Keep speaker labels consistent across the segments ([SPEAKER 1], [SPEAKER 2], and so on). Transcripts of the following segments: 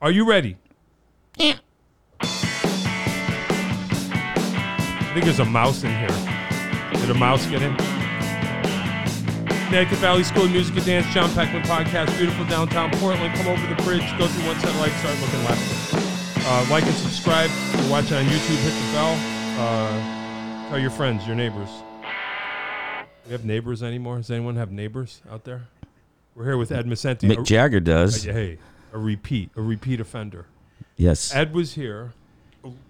[SPEAKER 1] Are you ready? I think there's a mouse in here. Did a mouse get in? Connecticut Valley School of Music and Dance, John Peckman podcast, beautiful downtown Portland. Come over the bridge, go through one set of lights, start looking left. Uh, like and subscribe. If you're watching on YouTube, hit the bell. Uh, tell your friends, your neighbors. We have neighbors anymore? Does anyone have neighbors out there? We're here with Ed Micenti.
[SPEAKER 2] Mick Jagger does.
[SPEAKER 1] Uh, Yeah, hey, a repeat, a repeat offender.
[SPEAKER 2] Yes.
[SPEAKER 1] Ed was here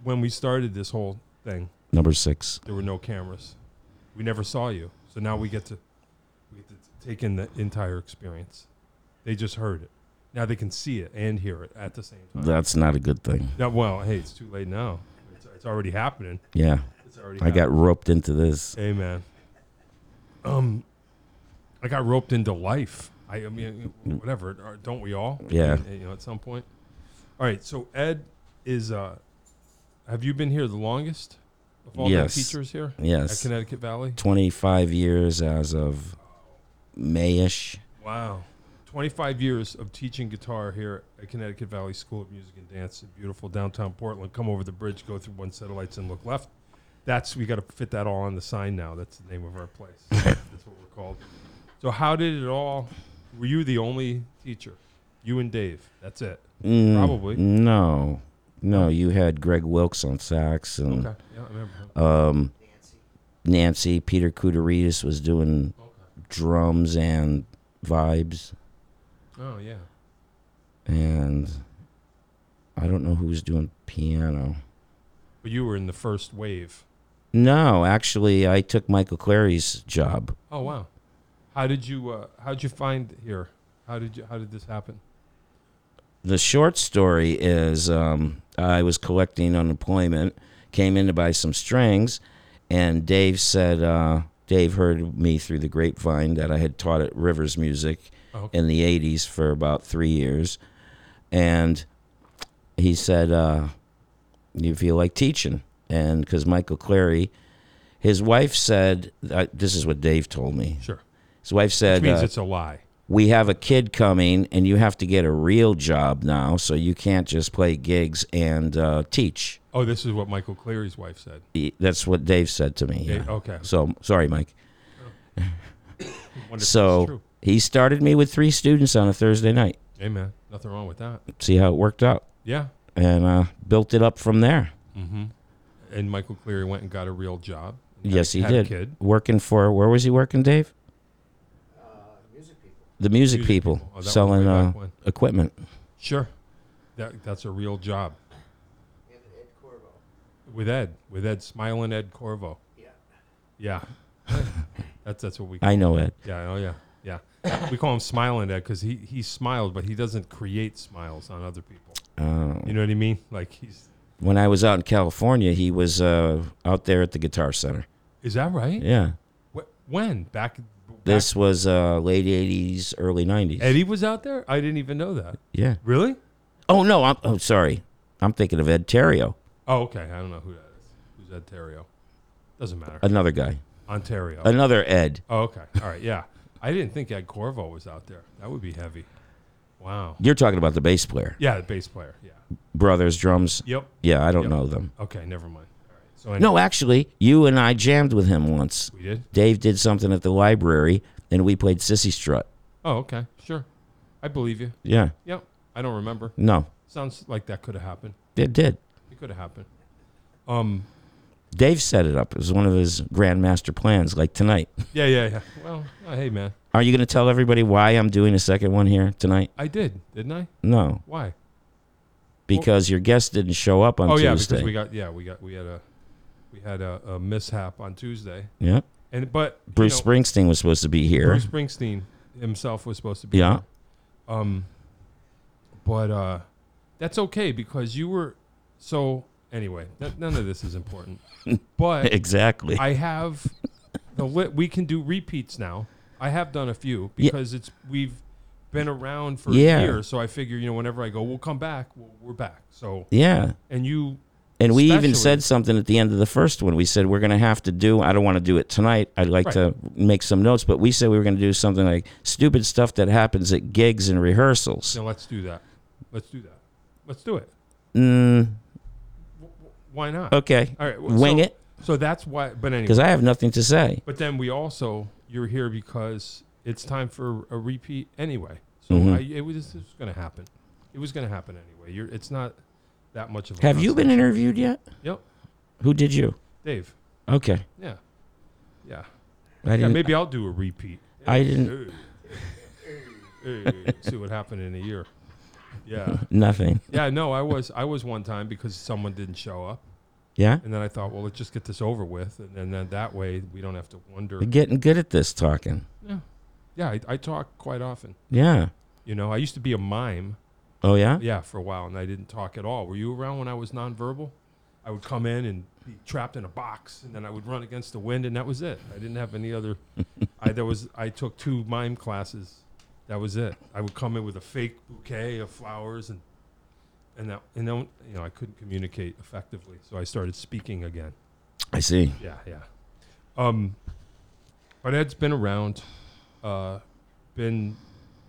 [SPEAKER 1] when we started this whole thing.
[SPEAKER 2] Number six.
[SPEAKER 1] There were no cameras. We never saw you. So now we get to we get to take in the entire experience. They just heard it. Now they can see it and hear it at the same time.
[SPEAKER 2] That's not a good thing.
[SPEAKER 1] Now, well, hey, it's too late now. It's, it's already happening.
[SPEAKER 2] Yeah.
[SPEAKER 1] It's already.
[SPEAKER 2] I got roped into this.
[SPEAKER 1] Hey man. Um, I got roped into life. I, I mean, whatever. or Don't we all?
[SPEAKER 2] Yeah.
[SPEAKER 1] And- and, you know, at some point. All right. So Ed is. Uh, have you been here the longest of all
[SPEAKER 2] Yes.
[SPEAKER 1] the teachers here at
[SPEAKER 2] Yes.
[SPEAKER 1] Connecticut Valley?
[SPEAKER 2] 25 years as of Mayish.
[SPEAKER 1] Wow. 25 years of teaching guitar here at Connecticut Valley School of Music and Dance in beautiful downtown Portland. Come over the bridge, go through one set of lights, and look left. That's we got to fit that all on the sign now. That's the name of our place. That's what we're called. So how did it all? Were you the only teacher? You and Dave. That's it.
[SPEAKER 2] Mm,
[SPEAKER 1] Probably.
[SPEAKER 2] No. No, you had Greg Wilkes on sax and
[SPEAKER 1] Okay. Mm. Yeah, I remember. him.
[SPEAKER 2] um, Nancy. Peter Kudaridis was doing
[SPEAKER 1] Okay.
[SPEAKER 2] drums and vibes.
[SPEAKER 1] Oh yeah.
[SPEAKER 2] And I don't know who was doing piano.
[SPEAKER 1] But you were in the first wave.
[SPEAKER 2] No, actually, I took Michael Clary's job.
[SPEAKER 1] Oh wow. How did you? Uh, how did you find here? How did you? How did this happen?
[SPEAKER 2] the short story is um, I was collecting unemployment, came in to buy some strings, and Dave said, uh, Dave heard me through the grapevine that I had taught at Rivers Music
[SPEAKER 1] Oh, okay.
[SPEAKER 2] in the 80s for about three years. And he said, uh, You feel like teaching? And because Michael Clary, his wife said, I, This is what Dave told me.
[SPEAKER 1] Sure.
[SPEAKER 2] His wife
[SPEAKER 1] Which
[SPEAKER 2] said,
[SPEAKER 1] means
[SPEAKER 2] uh,
[SPEAKER 1] it's a lie.
[SPEAKER 2] we have a kid coming and you have to get a real job now so you can't just play gigs and uh, teach
[SPEAKER 1] Oh, this is what Michael Cleary's wife said.
[SPEAKER 2] E- that's what dave said to me
[SPEAKER 1] Yeah,
[SPEAKER 2] yeah.
[SPEAKER 1] okay.
[SPEAKER 2] so sorry mike
[SPEAKER 1] Wonder if it's
[SPEAKER 2] so
[SPEAKER 1] true.
[SPEAKER 2] he started me with three students on a thursday night
[SPEAKER 1] hey man, nothing wrong with that.
[SPEAKER 2] see how it worked out
[SPEAKER 1] Yeah.
[SPEAKER 2] and uh, built it up from there
[SPEAKER 1] And Michael Cleary went and got a real job. and had
[SPEAKER 2] yes
[SPEAKER 1] a-
[SPEAKER 2] he
[SPEAKER 1] had a
[SPEAKER 2] did
[SPEAKER 1] kid.
[SPEAKER 2] working for where was he working dave the music,
[SPEAKER 1] Music
[SPEAKER 2] people,
[SPEAKER 1] people. Oh, that was way
[SPEAKER 2] selling uh,
[SPEAKER 1] back when.
[SPEAKER 2] equipment.
[SPEAKER 1] Sure. That that's a real job. With Ed, with Ed smiling Ed Corvo. Yeah. that's that's what we. Call
[SPEAKER 2] I know it.
[SPEAKER 1] Yeah. Oh yeah. Yeah. we call him smiling Ed because he he smiled, but he doesn't create smiles on other people.
[SPEAKER 2] Uh,
[SPEAKER 1] You know what I mean? Like he's.
[SPEAKER 2] when I was out in California, he was uh, out there at the Guitar Center.
[SPEAKER 1] Is that right?
[SPEAKER 2] Yeah.
[SPEAKER 1] Wh- when back. back
[SPEAKER 2] This was uh, late '80s, early '90s.
[SPEAKER 1] Eddie was out there. I didn't even know that.
[SPEAKER 2] Yeah.
[SPEAKER 1] Really?
[SPEAKER 2] Oh no, I'm oh, sorry. I'm thinking of Ed Terrio,
[SPEAKER 1] Oh, okay. I don't know who that is. Who's Ontario? Doesn't matter.
[SPEAKER 2] another guy,
[SPEAKER 1] Ontario.
[SPEAKER 2] another Ed.
[SPEAKER 1] oh, okay. All right. Yeah. I didn't think Ed Corvo was out there. That would be heavy. Wow.
[SPEAKER 2] You're talking about the bass player,
[SPEAKER 1] Yeah, the bass player. Yeah.
[SPEAKER 2] brothers, drums.
[SPEAKER 1] Yep.
[SPEAKER 2] Yeah, I don't
[SPEAKER 1] Yep.
[SPEAKER 2] know them.
[SPEAKER 1] Okay. Never mind. All right. So anyway,
[SPEAKER 2] No, actually, you and I jammed with him once.
[SPEAKER 1] we did.
[SPEAKER 2] Dave did something at the library, and we played Sissy Strut.
[SPEAKER 1] Oh, okay. Sure. I believe you.
[SPEAKER 2] Yeah.
[SPEAKER 1] Yep. I don't remember.
[SPEAKER 2] No,
[SPEAKER 1] Sounds like that could have happened.
[SPEAKER 2] it did.
[SPEAKER 1] It could have happened. Um.
[SPEAKER 2] Dave set it up. It was one of his grandmaster plans, like tonight.
[SPEAKER 1] Yeah. Yeah. Yeah. Well. uh, hey, man.
[SPEAKER 2] Are you going to tell everybody why I'm doing a second one here tonight?
[SPEAKER 1] I did, didn't I?
[SPEAKER 2] No,
[SPEAKER 1] Why?
[SPEAKER 2] because your guest didn't show up on
[SPEAKER 1] oh yeah,
[SPEAKER 2] Tuesday.
[SPEAKER 1] because we got yeah we got we had a we had a, a mishap on Tuesday.
[SPEAKER 2] yeah.
[SPEAKER 1] And but you
[SPEAKER 2] Bruce
[SPEAKER 1] know,
[SPEAKER 2] Springsteen was supposed to be here.
[SPEAKER 1] Bruce Springsteen himself was supposed to be.
[SPEAKER 2] Yeah.
[SPEAKER 1] there. Um, but uh, that's okay because you were so anyway. n- none of this is important. But
[SPEAKER 2] exactly.
[SPEAKER 1] I have the li- we can do repeats now. I have done a few
[SPEAKER 2] Yeah.
[SPEAKER 1] because it's we've been around for
[SPEAKER 2] Yeah.
[SPEAKER 1] a year, so I figure you know whenever I go, we'll come back. Well, we're back. So
[SPEAKER 2] yeah.
[SPEAKER 1] and you
[SPEAKER 2] And we even
[SPEAKER 1] Especially-
[SPEAKER 2] said something at the end of the first one. We said we're going to have to do. I don't want to do it tonight. I'd like
[SPEAKER 1] Right.
[SPEAKER 2] to make some notes, but we said we were going to do something like stupid stuff that happens at gigs and rehearsals.
[SPEAKER 1] now let's do that. Let's do that. Let's do it. W-
[SPEAKER 2] Mm,
[SPEAKER 1] w- Why not?
[SPEAKER 2] okay.
[SPEAKER 1] All right. well,
[SPEAKER 2] Uh, Wing
[SPEAKER 1] so,
[SPEAKER 2] it.
[SPEAKER 1] So that's why. But anyway.
[SPEAKER 2] Because I have nothing to say.
[SPEAKER 1] But then we also you're here because it's time for a repeat anyway. So
[SPEAKER 2] Mhm.
[SPEAKER 1] I, it was, this was going to happen. It was going to happen anyway. You're, it's not that much of. a
[SPEAKER 2] Have you been
[SPEAKER 1] concept.
[SPEAKER 2] interviewed yet?
[SPEAKER 1] Yep.
[SPEAKER 2] Who did you?
[SPEAKER 1] Dave?
[SPEAKER 2] Okay.
[SPEAKER 1] Yeah, yeah.
[SPEAKER 2] I
[SPEAKER 1] yeah
[SPEAKER 2] didn't.
[SPEAKER 1] maybe I'll do a repeat.
[SPEAKER 2] I didn't-
[SPEAKER 1] Hey, hey, see what happened in a year. Yeah,
[SPEAKER 2] Nothing.
[SPEAKER 1] yeah. No, I was I was one time because someone didn't show up,
[SPEAKER 2] Yeah.
[SPEAKER 1] and then I thought, well, let's just get this over with, and, then then that way we don't have to wonder.
[SPEAKER 2] We're getting good at this talking.
[SPEAKER 1] Yeah, yeah. I, I talk quite often.
[SPEAKER 2] Yeah.
[SPEAKER 1] You know, I used to be a mime.
[SPEAKER 2] Oh yeah.
[SPEAKER 1] Yeah, for a while, and I didn't talk at all. Were you around when I was nonverbal? I would come in and be trapped in a box, and then I would run against the wind, and that was it. I didn't have any other. I there was I took two mime classes. That was it. I would come in with a fake bouquet of flowers, and and that and then you know I couldn't communicate effectively, so I started speaking again.
[SPEAKER 2] I see.
[SPEAKER 1] Yeah, yeah. Um, but Ed's been around, uh, been,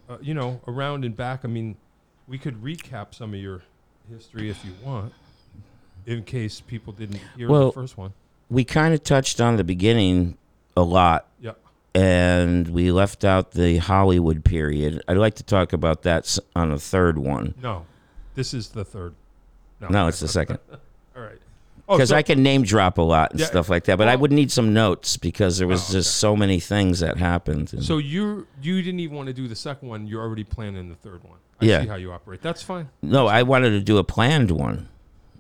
[SPEAKER 1] uh, you know, around and back. I mean, we could recap some of your history if you want, in case people didn't hear
[SPEAKER 2] Well-
[SPEAKER 1] the first one.
[SPEAKER 2] We kind of touched on the beginning a lot
[SPEAKER 1] Yeah,
[SPEAKER 2] and we left out the Hollywood period. I'd like to talk about that s- on a third one.
[SPEAKER 1] no, this is the third.
[SPEAKER 2] No, it's the second
[SPEAKER 1] All right. Oh,
[SPEAKER 2] because
[SPEAKER 1] so-
[SPEAKER 2] I can name drop a lot and
[SPEAKER 1] Yeah.
[SPEAKER 2] stuff like that. But I
[SPEAKER 1] Well-
[SPEAKER 2] would need some notes because there was
[SPEAKER 1] Oh, okay.
[SPEAKER 2] just so many things that happened. and-
[SPEAKER 1] so you you didn't even want to do the second one. You're already planning the third one. I
[SPEAKER 2] Yeah.
[SPEAKER 1] see how you operate. That's fine.
[SPEAKER 2] no, I wanted to do a planned one.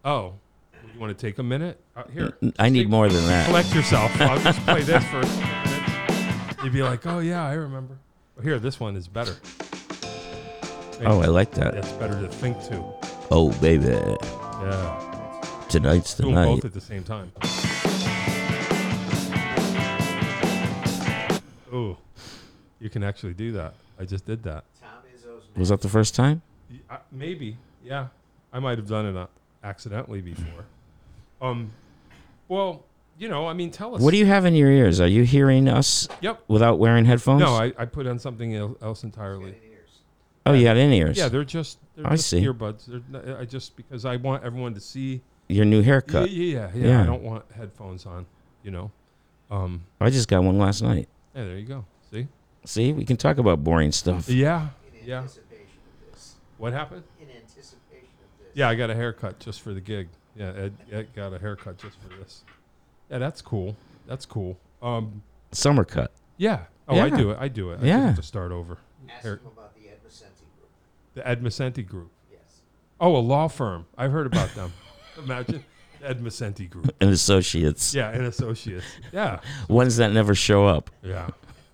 [SPEAKER 1] Oh, you want to take a minute? Uh, here.
[SPEAKER 2] I need
[SPEAKER 1] Take-
[SPEAKER 2] more than that.
[SPEAKER 1] collect yourself. I'll just play this for a minute. You'd be like, oh, yeah, I remember. Well, here, this one is better.
[SPEAKER 2] Oh, I like that.
[SPEAKER 1] That's better to think to.
[SPEAKER 2] Oh, baby,
[SPEAKER 1] Yeah.
[SPEAKER 2] tonight's
[SPEAKER 1] Do 'em both
[SPEAKER 2] tonight.
[SPEAKER 1] at the same time. Ooh, you can actually do that. I just did that.
[SPEAKER 3] Tom Izzo's
[SPEAKER 2] Was that the first time?
[SPEAKER 1] Y- I- Maybe, yeah. I might have done it uh, accidentally before. Um, well, you know, I mean, tell us.
[SPEAKER 2] What do you have in your ears? Are you hearing us
[SPEAKER 1] Yep.
[SPEAKER 2] without wearing headphones?
[SPEAKER 1] No, I, I put on something el- else entirely.
[SPEAKER 3] getting ears.
[SPEAKER 2] oh, you got in ears.
[SPEAKER 1] Yeah, they're just they're
[SPEAKER 2] I
[SPEAKER 1] just
[SPEAKER 2] see.
[SPEAKER 1] earbuds. They're not, I just because I want everyone to see.
[SPEAKER 2] Your new
[SPEAKER 1] Yeah,
[SPEAKER 2] haircut.
[SPEAKER 1] yeah, yeah,
[SPEAKER 2] Yeah.
[SPEAKER 1] I don't want headphones on. You know. Um.
[SPEAKER 2] I just got one last night.
[SPEAKER 1] Yeah, there you go. See.
[SPEAKER 2] See, we can talk about boring stuff.
[SPEAKER 1] Yeah.
[SPEAKER 3] In
[SPEAKER 1] Yeah.
[SPEAKER 3] anticipation of this.
[SPEAKER 1] What happened?
[SPEAKER 3] In anticipation of this.
[SPEAKER 1] Yeah, I got a haircut just for the gig. Yeah, Ed, Ed got a haircut just for this. Yeah, that's cool. That's cool. Um.
[SPEAKER 2] Summer cut.
[SPEAKER 1] Yeah. Oh, I
[SPEAKER 2] Yeah.
[SPEAKER 1] do it. I do it. I just
[SPEAKER 2] Yeah.
[SPEAKER 1] have to start over.
[SPEAKER 3] Ask
[SPEAKER 1] Hair-
[SPEAKER 3] him about the Ed Vicente group.
[SPEAKER 1] The Ed Macenti Group.
[SPEAKER 3] Yes.
[SPEAKER 1] Oh, a law firm. I've heard about them. Imagine Ed Macenti Group.
[SPEAKER 2] and associates.
[SPEAKER 1] Yeah, and associates. Yeah.
[SPEAKER 2] Ones that never show up.
[SPEAKER 1] Yeah,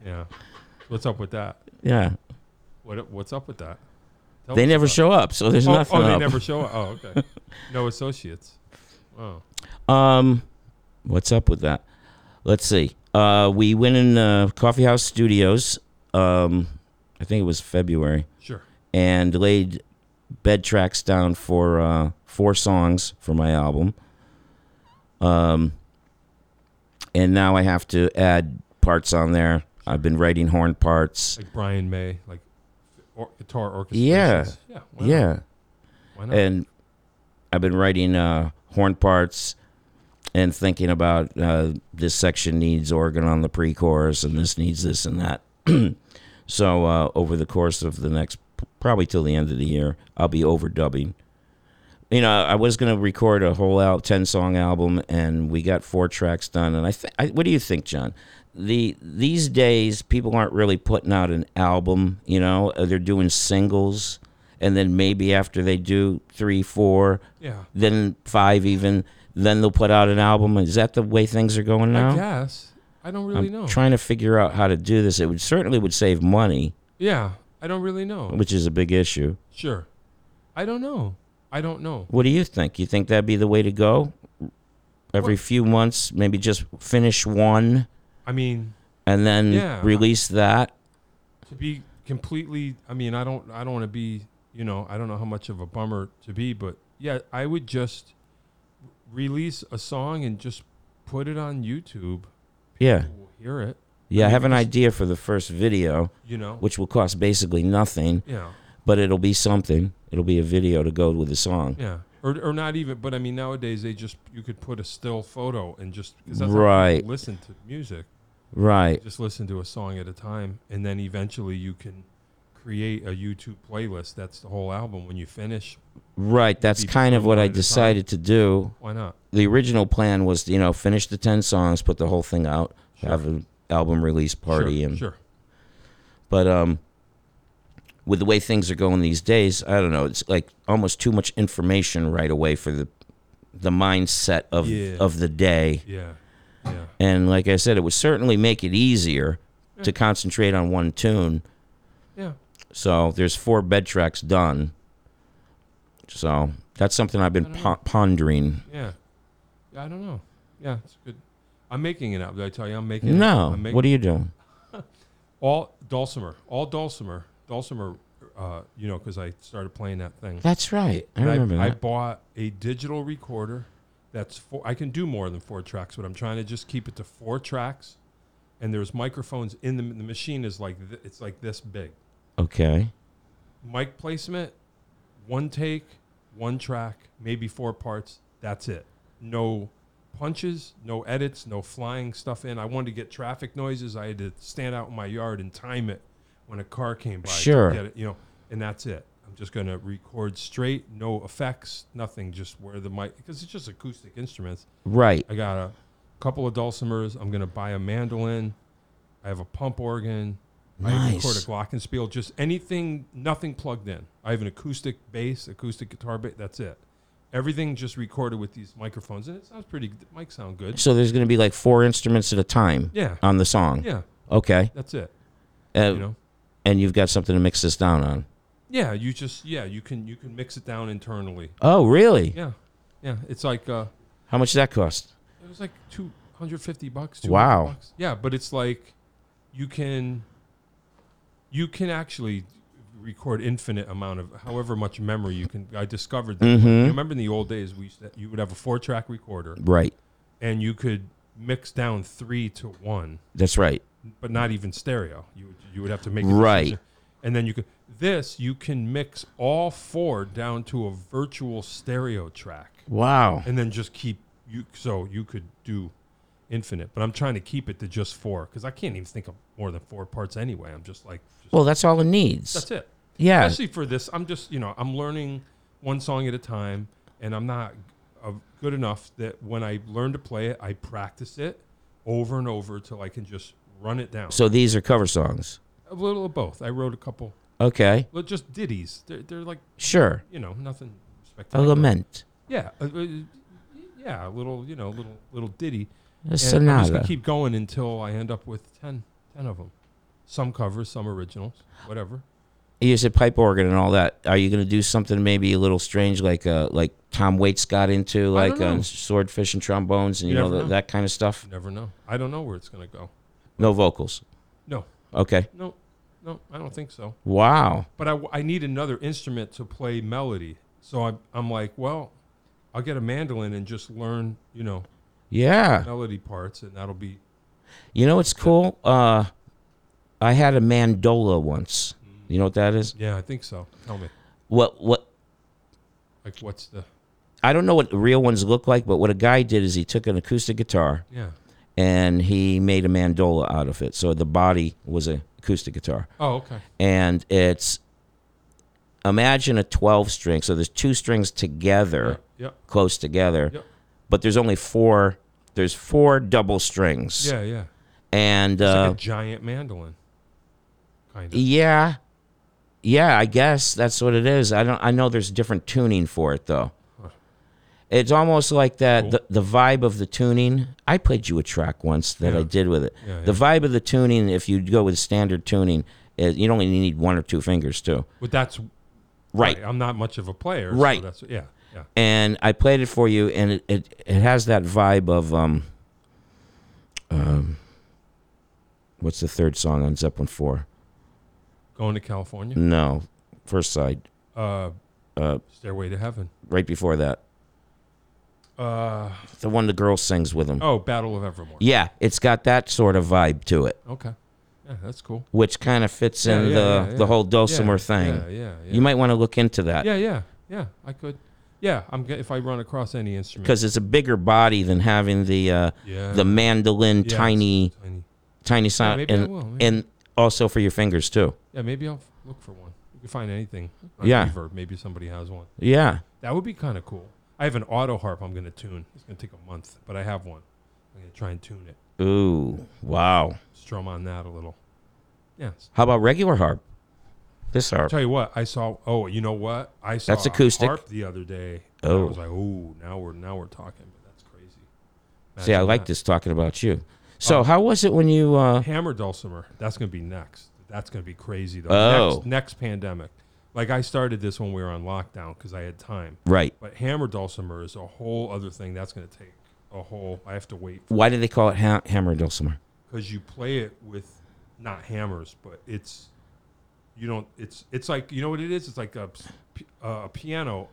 [SPEAKER 1] yeah. What's up with that?
[SPEAKER 2] Yeah.
[SPEAKER 1] What What's up with that? Tell
[SPEAKER 2] They
[SPEAKER 1] us
[SPEAKER 2] never
[SPEAKER 1] about
[SPEAKER 2] show up, so there's
[SPEAKER 1] it. Oh,
[SPEAKER 2] nothing
[SPEAKER 1] oh, they
[SPEAKER 2] up.
[SPEAKER 1] never show up. Oh, okay. No associates. Oh,
[SPEAKER 2] um what's up with that? Let's see. Uh we went in uh Coffee House Studios, um I think it was February,
[SPEAKER 1] sure.
[SPEAKER 2] and laid bed tracks down for uh four songs for my album. Um and now I have to add parts on there. I've been writing horn parts.
[SPEAKER 1] Like Brian May, like or, guitar orchestra.
[SPEAKER 2] Yeah.
[SPEAKER 1] Yeah. why not?
[SPEAKER 2] Yeah.
[SPEAKER 1] Why not?
[SPEAKER 2] and I've been writing uh, horn parts and thinking about uh, this section needs organ on the pre-chorus and this needs this and that. so uh, over the course of the next, probably till the end of the year, I'll be overdubbing. You know, I was gonna record a whole out ten song album, and we got four tracks done. And I, th- I what do you think, John? The these days, people aren't really putting out an album. You know, Uh, they're doing singles, and then maybe after they do three, four,
[SPEAKER 1] yeah.
[SPEAKER 2] then five, even then they'll put out an album. Is that the way things are going now?
[SPEAKER 1] I guess I don't really
[SPEAKER 2] I'm
[SPEAKER 1] know.
[SPEAKER 2] trying to figure out how to do this. It would certainly would save money,
[SPEAKER 1] yeah, I don't really know.
[SPEAKER 2] which is a big issue.
[SPEAKER 1] Sure. I don't know. I don't know.
[SPEAKER 2] What do you think? You think that'd be the way to go? Every few months, maybe just finish one
[SPEAKER 1] I mean,
[SPEAKER 2] and then
[SPEAKER 1] Yeah.
[SPEAKER 2] release that.
[SPEAKER 1] to be completely i mean i don't i don't want to be you know i don't know how much of a bummer to be but yeah i would just release a song and just put it on youtube
[SPEAKER 2] Yeah.
[SPEAKER 1] we'll hear it
[SPEAKER 2] Yeah, I
[SPEAKER 1] mean,
[SPEAKER 2] have an
[SPEAKER 1] just-
[SPEAKER 2] idea for the first video,
[SPEAKER 1] you know
[SPEAKER 2] which will cost basically nothing,
[SPEAKER 1] yeah
[SPEAKER 2] but it'll be something. It'll be a video to go with the song.
[SPEAKER 1] Yeah, or, or not even. But I mean, nowadays they just you could put a still photo and just cause that's How
[SPEAKER 2] Right.
[SPEAKER 1] people listen to music.
[SPEAKER 2] Right.
[SPEAKER 1] Just listen to a song at a time, and then eventually you can create a YouTube playlist. That's the whole album. When you finish,
[SPEAKER 2] Right. That's
[SPEAKER 1] Be
[SPEAKER 2] kind of what I
[SPEAKER 1] one at a time.
[SPEAKER 2] decided to do.
[SPEAKER 1] why not?
[SPEAKER 2] The original plan was, you know, finish the 10 songs, put the whole thing out,
[SPEAKER 1] Sure.
[SPEAKER 2] have an album release party
[SPEAKER 1] sure,
[SPEAKER 2] and
[SPEAKER 1] sure.
[SPEAKER 2] But um, with the way things are going these days, I don't know. It's like almost too much information right away for the the mindset of
[SPEAKER 1] Yeah.
[SPEAKER 2] of the day.
[SPEAKER 1] Yeah, yeah.
[SPEAKER 2] And like I said, it would certainly make it easier to concentrate on one tune.
[SPEAKER 1] Yeah.
[SPEAKER 2] So there's four bed tracks done. So that's something I've
[SPEAKER 1] I
[SPEAKER 2] been
[SPEAKER 1] don't
[SPEAKER 2] po- pondering.
[SPEAKER 1] Yeah. Yeah, I don't know. Yeah, it's good. I'm making it up. Did I tell you I'm making it up?
[SPEAKER 2] No,
[SPEAKER 1] I'm making
[SPEAKER 2] what are you doing?
[SPEAKER 1] all dulcimer, all dulcimer, dulcimer. Uh, you know, because I started playing that thing.
[SPEAKER 2] That's right. I
[SPEAKER 1] And
[SPEAKER 2] remember
[SPEAKER 1] I,
[SPEAKER 2] that.
[SPEAKER 1] bought a digital recorder. That's four. I can do more than four tracks, but I'm trying to just keep it to four tracks. And there's microphones in the, the machine is like th- it's like this big.
[SPEAKER 2] okay.
[SPEAKER 1] Mic placement, one take, one track, maybe four parts. That's it. No punches, no edits, no flying stuff in. I wanted to get traffic noises. I had to stand out in my yard and time it when a car came by. to
[SPEAKER 2] Sure.
[SPEAKER 1] Get it, you know, and that's it. I'm just going to record straight, no effects, nothing, just where the mic, because it's just acoustic instruments.
[SPEAKER 2] Right.
[SPEAKER 1] I got a couple of dulcimers. I'm going to buy a mandolin. I have a pump organ. I even record a
[SPEAKER 2] Nice.
[SPEAKER 1] glockenspiel. Just anything, nothing plugged in. I have an acoustic bass, acoustic guitar bass. That's it. Everything just recorded with these microphones, and it sounds pretty. The mics sound good.
[SPEAKER 2] So there's going to be like four instruments at a time
[SPEAKER 1] Yeah,
[SPEAKER 2] on the song.
[SPEAKER 1] yeah.
[SPEAKER 2] Okay.
[SPEAKER 1] That's it.
[SPEAKER 2] Uh,
[SPEAKER 1] you know.
[SPEAKER 2] and you've got something to mix this down on.
[SPEAKER 1] Yeah, you just yeah you can you can mix it down internally.
[SPEAKER 2] Oh, really?
[SPEAKER 1] Yeah, yeah. It's like uh,
[SPEAKER 2] How much does that cost?
[SPEAKER 1] It was like two hundred fifty bucks. 200
[SPEAKER 2] Wow.
[SPEAKER 1] Bucks. Yeah, but it's like you can you can actually record infinite amount of however much memory you can. I discovered that. You
[SPEAKER 2] Mm-hmm.
[SPEAKER 1] remember in the old days we used to, you would have a four track recorder
[SPEAKER 2] Right.
[SPEAKER 1] and you could mix down three to one,
[SPEAKER 2] That's right.
[SPEAKER 1] but not even stereo. You would- you would have to make a
[SPEAKER 2] Right.
[SPEAKER 1] decision. And then you could this you can mix all four down to a virtual stereo track
[SPEAKER 2] Wow.
[SPEAKER 1] and then just keep you so you could do infinite but i'm trying to keep it to just four because i can't even think of more than four parts anyway i'm just like just,
[SPEAKER 2] Well, that's all it needs.
[SPEAKER 1] that's it
[SPEAKER 2] yeah.
[SPEAKER 1] especially for this i'm just you know i'm learning one song at a time and i'm not uh, good enough that when i learn to play it i practice it over and over till i can just run it down
[SPEAKER 2] So these are cover songs.
[SPEAKER 1] a little of both i wrote a couple
[SPEAKER 2] Okay.
[SPEAKER 1] well just ditties they're, they're like
[SPEAKER 2] Sure.
[SPEAKER 1] you know nothing
[SPEAKER 2] A
[SPEAKER 1] spectacular
[SPEAKER 2] lament.
[SPEAKER 1] yeah uh, uh, yeah a little you know little little ditty
[SPEAKER 2] A
[SPEAKER 1] And I'm just
[SPEAKER 2] sonata.
[SPEAKER 1] gonna keep going until I end up with 10, 10 of them. Some covers, some originals, whatever.
[SPEAKER 2] you said pipe organ and all that. Are you going to do something maybe a little strange, like uh, like Tom Waits got into,
[SPEAKER 1] I don't
[SPEAKER 2] like
[SPEAKER 1] know.
[SPEAKER 2] um, swordfish and trombones and
[SPEAKER 1] You
[SPEAKER 2] you, know,
[SPEAKER 1] never know.
[SPEAKER 2] th- that kind of stuff?
[SPEAKER 1] You never know. I don't know where it's gonna go.
[SPEAKER 2] No vocals.
[SPEAKER 1] No.
[SPEAKER 2] Okay.
[SPEAKER 1] No, no, I don't think so.
[SPEAKER 2] Wow.
[SPEAKER 1] But I, I need another instrument to play melody. So I, I'm like, well, I'll get a mandolin and just learn, you know,
[SPEAKER 2] Yeah.
[SPEAKER 1] melody parts, and that'll be.
[SPEAKER 2] You know what's cool? Uh, I had a mandola once. You know what that is?
[SPEAKER 1] Yeah, I think so. Tell me,
[SPEAKER 2] What what
[SPEAKER 1] like, what's the?
[SPEAKER 2] I don't know what the real ones look like, but what a guy did is he took an acoustic guitar
[SPEAKER 1] Yeah.
[SPEAKER 2] and he made a mandola out of it. So the body was a acoustic guitar,
[SPEAKER 1] Oh, okay.
[SPEAKER 2] and it's imagine a twelve string. So there's two strings together,
[SPEAKER 1] Yeah.
[SPEAKER 2] close together,
[SPEAKER 1] Yep.
[SPEAKER 2] but there's only four. There's four double strings,
[SPEAKER 1] Yeah, yeah.
[SPEAKER 2] and
[SPEAKER 1] It's
[SPEAKER 2] uh, e
[SPEAKER 1] like a giant mandolin. Kind of.
[SPEAKER 2] Yeah. Yeah, I guess that's what it is. I don't I know there's different tuning for it though.
[SPEAKER 1] Huh.
[SPEAKER 2] It's almost like that
[SPEAKER 1] Cool.
[SPEAKER 2] the, the vibe of the tuning. I played you a track once that
[SPEAKER 1] Yeah.
[SPEAKER 2] I did with it.
[SPEAKER 1] Yeah,
[SPEAKER 2] The
[SPEAKER 1] yeah.
[SPEAKER 2] vibe of the tuning if you go with standard tuning, is you only need one or two fingers too.
[SPEAKER 1] But that's
[SPEAKER 2] Right.
[SPEAKER 1] I'm not much of a player.
[SPEAKER 2] Right.
[SPEAKER 1] So that's yeah, yeah.
[SPEAKER 2] And I played it for you and it, it, it has that vibe of um um what's the third song on Zeppelin 4?
[SPEAKER 1] Going to California.
[SPEAKER 2] No, first side,
[SPEAKER 1] Uh,
[SPEAKER 2] Mm-hmm. Uh,
[SPEAKER 1] Stairway to Heaven.
[SPEAKER 2] right before that.
[SPEAKER 1] Uh,
[SPEAKER 2] The one the girl sings with him.
[SPEAKER 1] oh, Battle of Evermore.
[SPEAKER 2] Yeah, it's got that sort of vibe to it.
[SPEAKER 1] Okay. Yeah, that's cool.
[SPEAKER 2] which kind of fits
[SPEAKER 1] Yeah,
[SPEAKER 2] in
[SPEAKER 1] yeah,
[SPEAKER 2] the
[SPEAKER 1] yeah, yeah.
[SPEAKER 2] the whole dulcimer
[SPEAKER 1] Yeah,
[SPEAKER 2] thing.
[SPEAKER 1] Yeah, yeah, yeah.
[SPEAKER 2] You might want to look into that
[SPEAKER 1] yeah, yeah, yeah. I could. Yeah, I'm g- if I run across any instrument.
[SPEAKER 2] because it's a bigger body than having the uh,
[SPEAKER 1] yeah,
[SPEAKER 2] the mandolin
[SPEAKER 1] yeah,
[SPEAKER 2] tiny
[SPEAKER 1] it's tiny.
[SPEAKER 2] tiny
[SPEAKER 1] Yeah,
[SPEAKER 2] sound
[SPEAKER 1] maybe I
[SPEAKER 2] and
[SPEAKER 1] will. Maybe.
[SPEAKER 2] and also for your fingers too.
[SPEAKER 1] yeah, maybe I'll f- look for one. You can find anything. on
[SPEAKER 2] Yeah.
[SPEAKER 1] Reverb. Maybe somebody has one.
[SPEAKER 2] Yeah.
[SPEAKER 1] That would be kind of cool. I have an auto harp I'm going to tune. It's going to take a month, but I have one. I'm going to try and tune it.
[SPEAKER 2] Ooh. Wow.
[SPEAKER 1] Strum on that a little. Yeah. s-
[SPEAKER 2] How about regular harp? This harp.
[SPEAKER 1] Tell you what, I saw. Oh, you know what? I saw
[SPEAKER 2] That's acoustic.
[SPEAKER 1] a harp the other day. and I
[SPEAKER 2] Oh.
[SPEAKER 1] was like, oh, now we're now we're talking. But that's crazy.
[SPEAKER 2] See, I
[SPEAKER 1] Imagine
[SPEAKER 2] like
[SPEAKER 1] that.
[SPEAKER 2] this talking about you. So
[SPEAKER 1] Oh.
[SPEAKER 2] how was it when you? Uh,
[SPEAKER 1] hammer dulcimer. That's going to be next. That's going to be crazy though.
[SPEAKER 2] Oh.
[SPEAKER 1] Next, next pandemic. Like I started this when we were on lockdown because I had time.
[SPEAKER 2] right.
[SPEAKER 1] But hammer dulcimer is a whole other thing. That's going to take a whole. I have to wait
[SPEAKER 2] Why do they call it ha- hammer dulcimer?
[SPEAKER 1] because you play it with not hammers, but it's you don't. It's it's like you know what it is. It's like a, ps- p- uh, a piano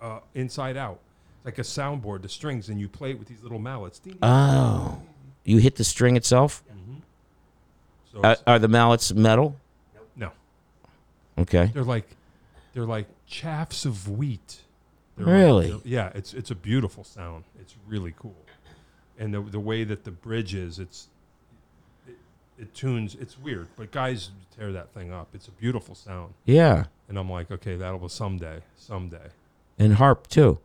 [SPEAKER 1] uh, inside out. It's like a soundboard, the strings, and you play it with these little mallets. Ding, ding.
[SPEAKER 2] Oh, you hit the string itself.
[SPEAKER 1] so
[SPEAKER 2] Uh,
[SPEAKER 1] it's-
[SPEAKER 2] are the mallets metal?
[SPEAKER 1] no,
[SPEAKER 2] Okay.
[SPEAKER 1] they're like they're like chaffs of wheat. They're
[SPEAKER 2] Really?
[SPEAKER 1] they're- yeah, it's it's a beautiful sound. It's really cool, and the the way that the bridge is, it's it, it tunes. It's weird, but guys tear that thing up. It's a beautiful sound.
[SPEAKER 2] Yeah,
[SPEAKER 1] And I'm like, okay, that'll be someday, someday.
[SPEAKER 2] and harp too.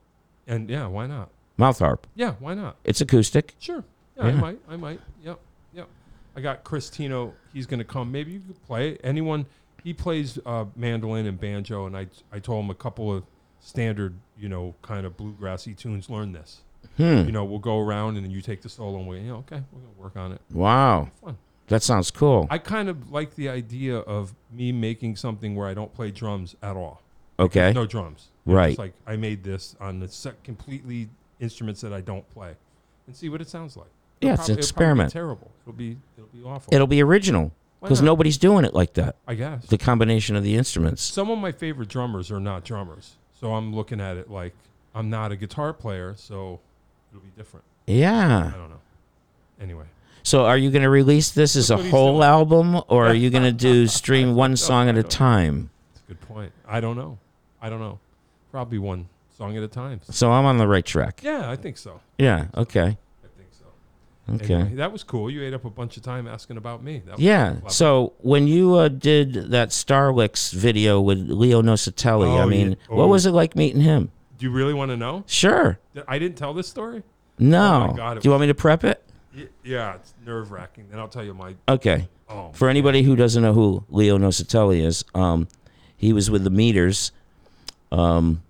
[SPEAKER 1] And yeah, why not?
[SPEAKER 2] Mouth harp.
[SPEAKER 1] Yeah, why not?
[SPEAKER 2] It's acoustic.
[SPEAKER 1] Sure. Yeah, I
[SPEAKER 2] Yeah.
[SPEAKER 1] might. I might. Yep. Yep. I got Christino. He's going to come. Maybe you could play it. anyone. He plays uh, mandolin and banjo, and I I told him a couple of standard, you know, kind of bluegrassy tunes. Learn this.
[SPEAKER 2] Hmm.
[SPEAKER 1] You know, we'll go around and then you take the solo and we, you know, okay, we're gonna work on it.
[SPEAKER 2] Wow.
[SPEAKER 1] Fun.
[SPEAKER 2] That sounds cool.
[SPEAKER 1] I kind of like the idea of me making something where I don't play drums at all.
[SPEAKER 2] Okay.
[SPEAKER 1] No drums.
[SPEAKER 2] Eh. Right.
[SPEAKER 1] It's like I made this on the se- completely instruments that I don't play, and see what it sounds like.
[SPEAKER 2] Yeah, it's
[SPEAKER 1] prob- it'll probably
[SPEAKER 2] an
[SPEAKER 1] be
[SPEAKER 2] experiment.
[SPEAKER 1] terrible. It'll be it'll be awful.
[SPEAKER 2] It'll be original
[SPEAKER 1] Why
[SPEAKER 2] because
[SPEAKER 1] not?
[SPEAKER 2] nobody's doing it like that.
[SPEAKER 1] I guess
[SPEAKER 2] The combination of the instruments.
[SPEAKER 1] some of my favorite drummers are not drummers, so I'm looking at it like I'm not a guitar player, so it'll be different. I
[SPEAKER 2] Yeah.
[SPEAKER 1] don't know. Anyway,
[SPEAKER 2] So are you going to release this as a
[SPEAKER 1] Look what he's
[SPEAKER 2] whole
[SPEAKER 1] doing.
[SPEAKER 2] album or are you going to do stream one song at a time?
[SPEAKER 1] it's a good point. I don't know. I don't know. Probably one song at a time.
[SPEAKER 2] So I'm on the right track.
[SPEAKER 1] Yeah, I think so.
[SPEAKER 2] Yeah. Okay.
[SPEAKER 1] I think so.
[SPEAKER 2] Okay.
[SPEAKER 1] Anyway, that was cool. You ate up a bunch of time asking about me. That was
[SPEAKER 2] Yeah.
[SPEAKER 1] clever.
[SPEAKER 2] So when you uh, did that Starlix video with Leo Nositelli, I
[SPEAKER 1] Oh,
[SPEAKER 2] mean,
[SPEAKER 1] yeah.
[SPEAKER 2] what
[SPEAKER 1] Oh.
[SPEAKER 2] was it like meeting him?
[SPEAKER 1] do you really want to know?
[SPEAKER 2] Sure.
[SPEAKER 1] Th- I didn't tell this story.
[SPEAKER 2] No.
[SPEAKER 1] Oh, God, it
[SPEAKER 2] do you want me to prep it?
[SPEAKER 1] Y- Yeah, it's nerve wracking. Then I'll tell you my.
[SPEAKER 2] Okay.
[SPEAKER 1] Oh,
[SPEAKER 2] For anybody who doesn't know who Leo Nositelli is, um, he was with the Meters. Um,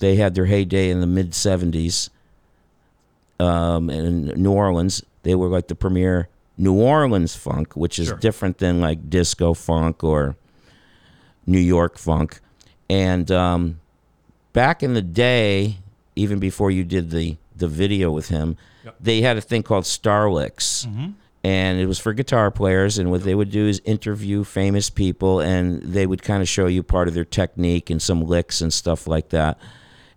[SPEAKER 2] they had their heyday in the mid '70s um, in New Orleans. They were like the premier New Orleans funk, which is
[SPEAKER 1] Sure.
[SPEAKER 2] different than like disco funk or New York funk. And um, back in the day, even before you did the the video with him,
[SPEAKER 1] Yep.
[SPEAKER 2] they had a thing called Starlix and it was for guitar players. And what they would do is interview famous people, and they would kind of show you part of their technique and some licks and stuff like that.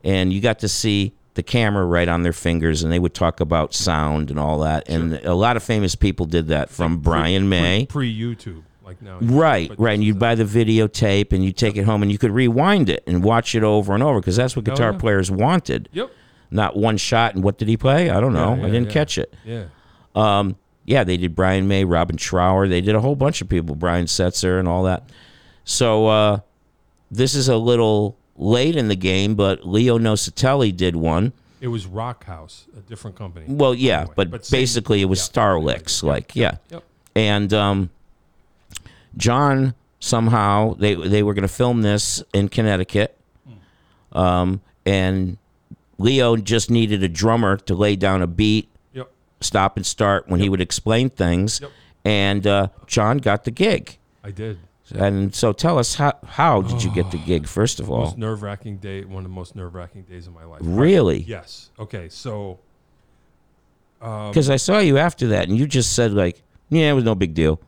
[SPEAKER 2] And you got to see the camera right on their fingers, and they would talk about sound and all that. And a lot of famous people did that, from Brian May.
[SPEAKER 1] pre YouTube, like now.
[SPEAKER 2] Right,
[SPEAKER 1] But
[SPEAKER 2] right. And
[SPEAKER 1] just
[SPEAKER 2] you
[SPEAKER 1] the-
[SPEAKER 2] buy the videotape and you take it home and you could rewind it and watch it over and over because that's what
[SPEAKER 1] Oh,
[SPEAKER 2] guitar
[SPEAKER 1] yeah.
[SPEAKER 2] players wanted.
[SPEAKER 1] Yep.
[SPEAKER 2] Not one shot and what did he play? I don't know.
[SPEAKER 1] Yeah,
[SPEAKER 2] I
[SPEAKER 1] yeah,
[SPEAKER 2] didn't
[SPEAKER 1] yeah.
[SPEAKER 2] catch it.
[SPEAKER 1] Yeah.
[SPEAKER 2] Um, yeah, they did Brian May, Robin Trower. They did a whole bunch of people, Brian Setzer and all that. So uh, this is a little late in the game, but Leo Nositelli did one.
[SPEAKER 1] It was Rock House, a different company.
[SPEAKER 2] Well, yeah,
[SPEAKER 1] Anyway,
[SPEAKER 2] but,
[SPEAKER 1] but same-
[SPEAKER 2] basically it was
[SPEAKER 1] yeah,
[SPEAKER 2] Starlix, like, yeah.
[SPEAKER 1] Yep.
[SPEAKER 2] And um, John somehow they they were going to film this in Connecticut, um, and Leo just needed a drummer to lay down a beat
[SPEAKER 1] Yep.
[SPEAKER 2] stop and start when he would explain things.
[SPEAKER 1] Yep.
[SPEAKER 2] And uh, John got the gig.
[SPEAKER 1] I did.
[SPEAKER 2] And so tell us how how did you get the
[SPEAKER 1] Oh,
[SPEAKER 2] gig first of all?
[SPEAKER 1] Most nerve wracking day. One of the most nerve wracking days of my life.
[SPEAKER 2] Oh. Really?
[SPEAKER 1] Yes. Okay. So
[SPEAKER 2] Because I saw you after that, and you just said like, "Yeah, it was no big deal."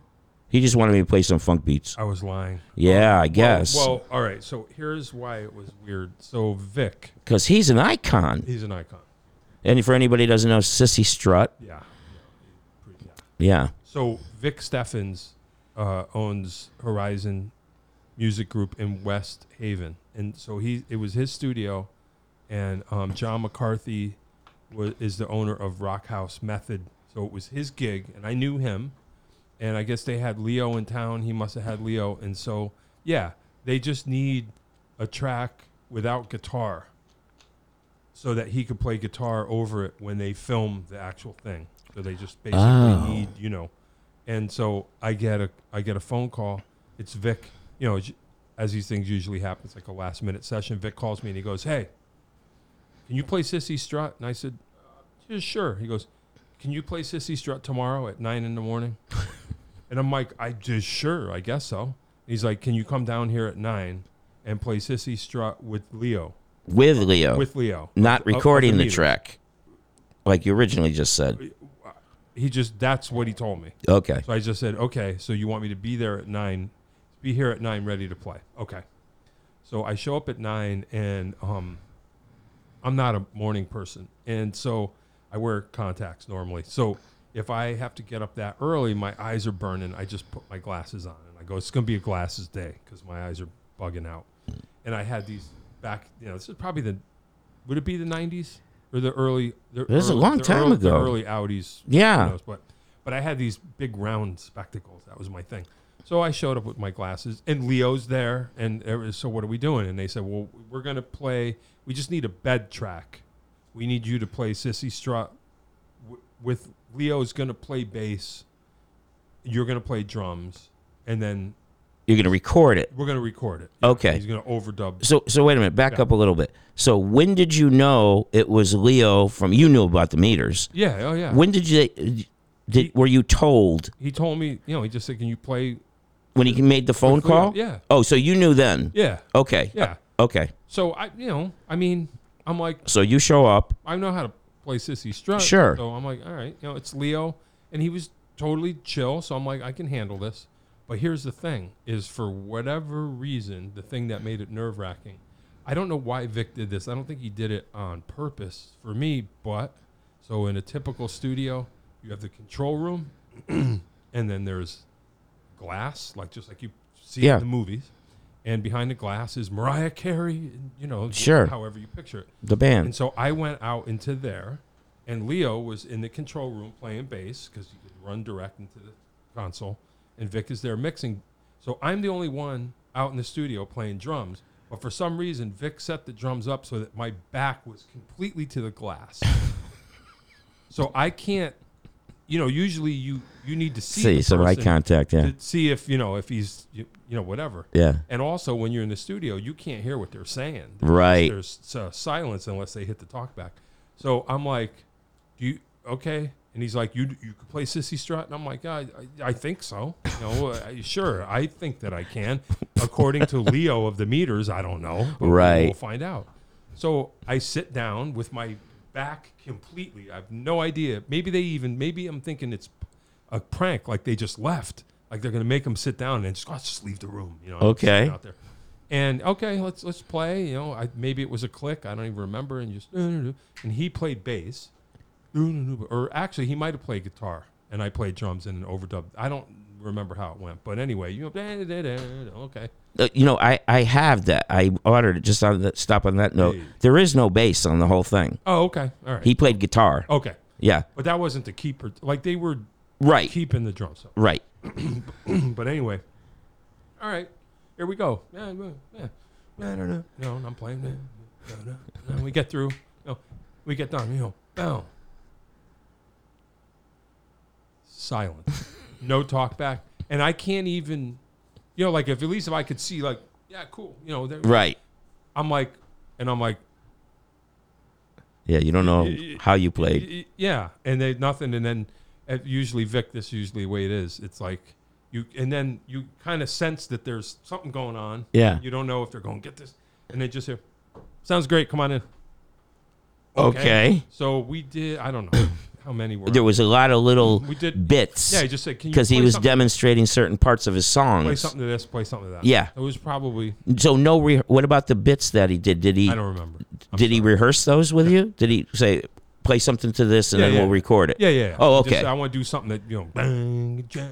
[SPEAKER 2] He just wanted me to play some funk beats.
[SPEAKER 1] I was lying. Oh,
[SPEAKER 2] Yeah, I guess
[SPEAKER 1] Well, well, all right. So here's why it was weird. So Vic,
[SPEAKER 2] because he's an icon.
[SPEAKER 1] he's an icon.
[SPEAKER 2] And for anybody who doesn't know, Sissy Strut.
[SPEAKER 1] Yeah. Yeah.
[SPEAKER 2] Yeah.
[SPEAKER 1] So Vic Steffens uh, owns Horizon Music Group in West Haven, and so he it was his studio, and um, John McCarthy was, is the owner of Rock House Method, so it was his gig, and I knew him, and I guess they had Leo in town. He must have had Leo, and so yeah, they just need a track without guitar, so that he could play guitar over it when they film the actual thing. So they just basically
[SPEAKER 2] Oh.
[SPEAKER 1] need you know, and so I get a I get a phone call. It's Vic, you know, as these things usually happen. It's like a last minute session. Vic calls me and he goes, "Hey, can you play Sissy Strut?" And I said, yeah, sure. He goes, Can you play Sissy Strut tomorrow at nine in the morning? and I'm like, I just sure, I guess so. And he's like, Can you come down here at nine and play Sissy Strut with Leo?
[SPEAKER 2] with Leo,
[SPEAKER 1] With Leo.
[SPEAKER 2] not
[SPEAKER 1] Of- of the
[SPEAKER 2] recording the
[SPEAKER 1] meeting.
[SPEAKER 2] track, like you originally just said.
[SPEAKER 1] He just that's what he told me.
[SPEAKER 2] Okay,
[SPEAKER 1] So I just said, Okay, so you want me to be there at nine be here at nine ready to play. Okay. So I show up at nine and um I'm not a morning person, and so I wear contacts normally. So if I have to get up that early, my eyes are burning. I just put my glasses on, and I go, "It's going to be a glasses day because my eyes are bugging out." And I had these back. You know, this is probably the would it be the '90s or the early? The
[SPEAKER 2] This is a
[SPEAKER 1] early-
[SPEAKER 2] long
[SPEAKER 1] the
[SPEAKER 2] time
[SPEAKER 1] early- the
[SPEAKER 2] ago.
[SPEAKER 1] early Audis.
[SPEAKER 2] Yeah.
[SPEAKER 1] who knows, but but I had these big round spectacles. That was my thing. So I showed up with my glasses, and Leo's there, and every- so what are we doing? And they said, well, we're gonna play. We just need a bed track. We need you to play Sissy Strut w- with Leo's gonna play bass. You're gonna play drums, and then
[SPEAKER 2] you're gonna record it.
[SPEAKER 1] we're gonna record it.
[SPEAKER 2] Okay.
[SPEAKER 1] he's gonna overdub.
[SPEAKER 2] So, so wait a minute. Back up a little bit. So, when did you know it was Leo? From you knew about the meters.
[SPEAKER 1] Yeah, oh yeah.
[SPEAKER 2] When did you? uh, Did were you told
[SPEAKER 1] he told me, you know, he just said, can you play?
[SPEAKER 2] when he made the phone
[SPEAKER 1] With Leo,
[SPEAKER 2] call?
[SPEAKER 1] yeah.
[SPEAKER 2] Oh, so you knew then.
[SPEAKER 1] Yeah,
[SPEAKER 2] Okay.
[SPEAKER 1] yeah.
[SPEAKER 2] Okay.
[SPEAKER 1] So I, you know, I mean, I'm like,
[SPEAKER 2] So you show up.
[SPEAKER 1] I know how to play Sissy Strut.
[SPEAKER 2] Sure.
[SPEAKER 1] So I'm like, all right, you know, it's Leo, and he was totally chill. So I'm like, I can handle this. But here's the thing: is for whatever reason, the thing that made it nerve wracking. I don't know why Vic did this. I don't think he did it on purpose for me. But so in a typical studio, you have the control room, and then there's glass, like just like you see
[SPEAKER 2] Yeah.
[SPEAKER 1] in the movies. And behind the glass is Mariah Carey, and, you know,
[SPEAKER 2] Sure.
[SPEAKER 1] however you picture it.
[SPEAKER 2] The
[SPEAKER 1] And
[SPEAKER 2] band.
[SPEAKER 1] so I went out into there, and Leo was in the control room playing bass because you could run direct into the console, and Vic is there mixing. So I'm the only one out in the studio playing drums. But for some reason, Vic set the drums up so that my back was completely to the glass. so I can't, you know. Usually, you you need to see,
[SPEAKER 2] See
[SPEAKER 1] the
[SPEAKER 2] some eye
[SPEAKER 1] person
[SPEAKER 2] contact. Yeah.
[SPEAKER 1] to see if you know if he's you, you know whatever.
[SPEAKER 2] yeah.
[SPEAKER 1] And also, when you're in the studio, you can't hear what they're saying.
[SPEAKER 2] Right.
[SPEAKER 1] There's uh, silence unless they hit the talk back. So I'm like, do you, okay? And he's like, you you could play Sissy Strut? And I'm like, I, I, I think so. You know, I, sure, I think that I can. According to Leo of the meters, I don't know. but
[SPEAKER 2] Right.
[SPEAKER 1] We'll find out. So I sit down with my back completely. I have no idea. Maybe they even, maybe I'm thinking it's a prank, like they just left. Like they're going to make them sit down and just, oh, just leave the room. You know, I'm
[SPEAKER 2] Okay.
[SPEAKER 1] sitting out there. And okay, let's let's play. You know, I, maybe it was a click. I don't even remember. And just and he played bass, or actually he might have played guitar, and I played drums and an overdub. I don't remember how it went, but anyway, you know, okay,
[SPEAKER 2] Uh, you know, I I have that. I ordered it just on the stop on that note.
[SPEAKER 1] Hey.
[SPEAKER 2] There is no bass on the whole thing.
[SPEAKER 1] oh okay, all right,
[SPEAKER 2] He played guitar.
[SPEAKER 1] okay.
[SPEAKER 2] Yeah.
[SPEAKER 1] But that wasn't the keeper. Like they were
[SPEAKER 2] Right.
[SPEAKER 1] keeping the drums up.
[SPEAKER 2] right.
[SPEAKER 1] But anyway, all right, here we go. Yeah, yeah, yeah. No, no, no, no, and I'm playing. No, no, no, no. We get through. No, we get done. You know, boom. Silence. No talk back. And I can't even, you know, like if at least if I could see, like, yeah, cool. You know, there-
[SPEAKER 2] Right.
[SPEAKER 1] I'm like, and I'm like,
[SPEAKER 2] Yeah. You don't know
[SPEAKER 1] y-
[SPEAKER 2] how you played.
[SPEAKER 1] Y- y- Yeah, and they nothing, and then uh, usually Vic, this is usually the way it is. It's like you, and then you kind of sense that there's something going on.
[SPEAKER 2] Yeah.
[SPEAKER 1] you don't know if they're going to get this, and they just hear, "Sounds great, come on in."
[SPEAKER 2] Okay.
[SPEAKER 1] So we did. I don't know how many were.
[SPEAKER 2] There was a lot of little
[SPEAKER 1] We did-
[SPEAKER 2] bits.
[SPEAKER 1] yeah, he just said, "Can you?"
[SPEAKER 2] because he
[SPEAKER 1] play
[SPEAKER 2] was
[SPEAKER 1] something-
[SPEAKER 2] demonstrating certain parts of his
[SPEAKER 1] play
[SPEAKER 2] songs.
[SPEAKER 1] something to this, play something to that.
[SPEAKER 2] Yeah.
[SPEAKER 1] it was probably
[SPEAKER 2] So no, re- what about the bits that he did? Did he
[SPEAKER 1] I don't remember. I'm
[SPEAKER 2] did he
[SPEAKER 1] sorry.
[SPEAKER 2] rehearse those with you? Did he say play something to this and
[SPEAKER 1] Yeah,
[SPEAKER 2] then
[SPEAKER 1] yeah.
[SPEAKER 2] we'll record it?
[SPEAKER 1] Yeah, yeah. yeah.
[SPEAKER 2] Oh,
[SPEAKER 1] Just,
[SPEAKER 2] okay.
[SPEAKER 1] I want to do something that you know. bang, ja- ja-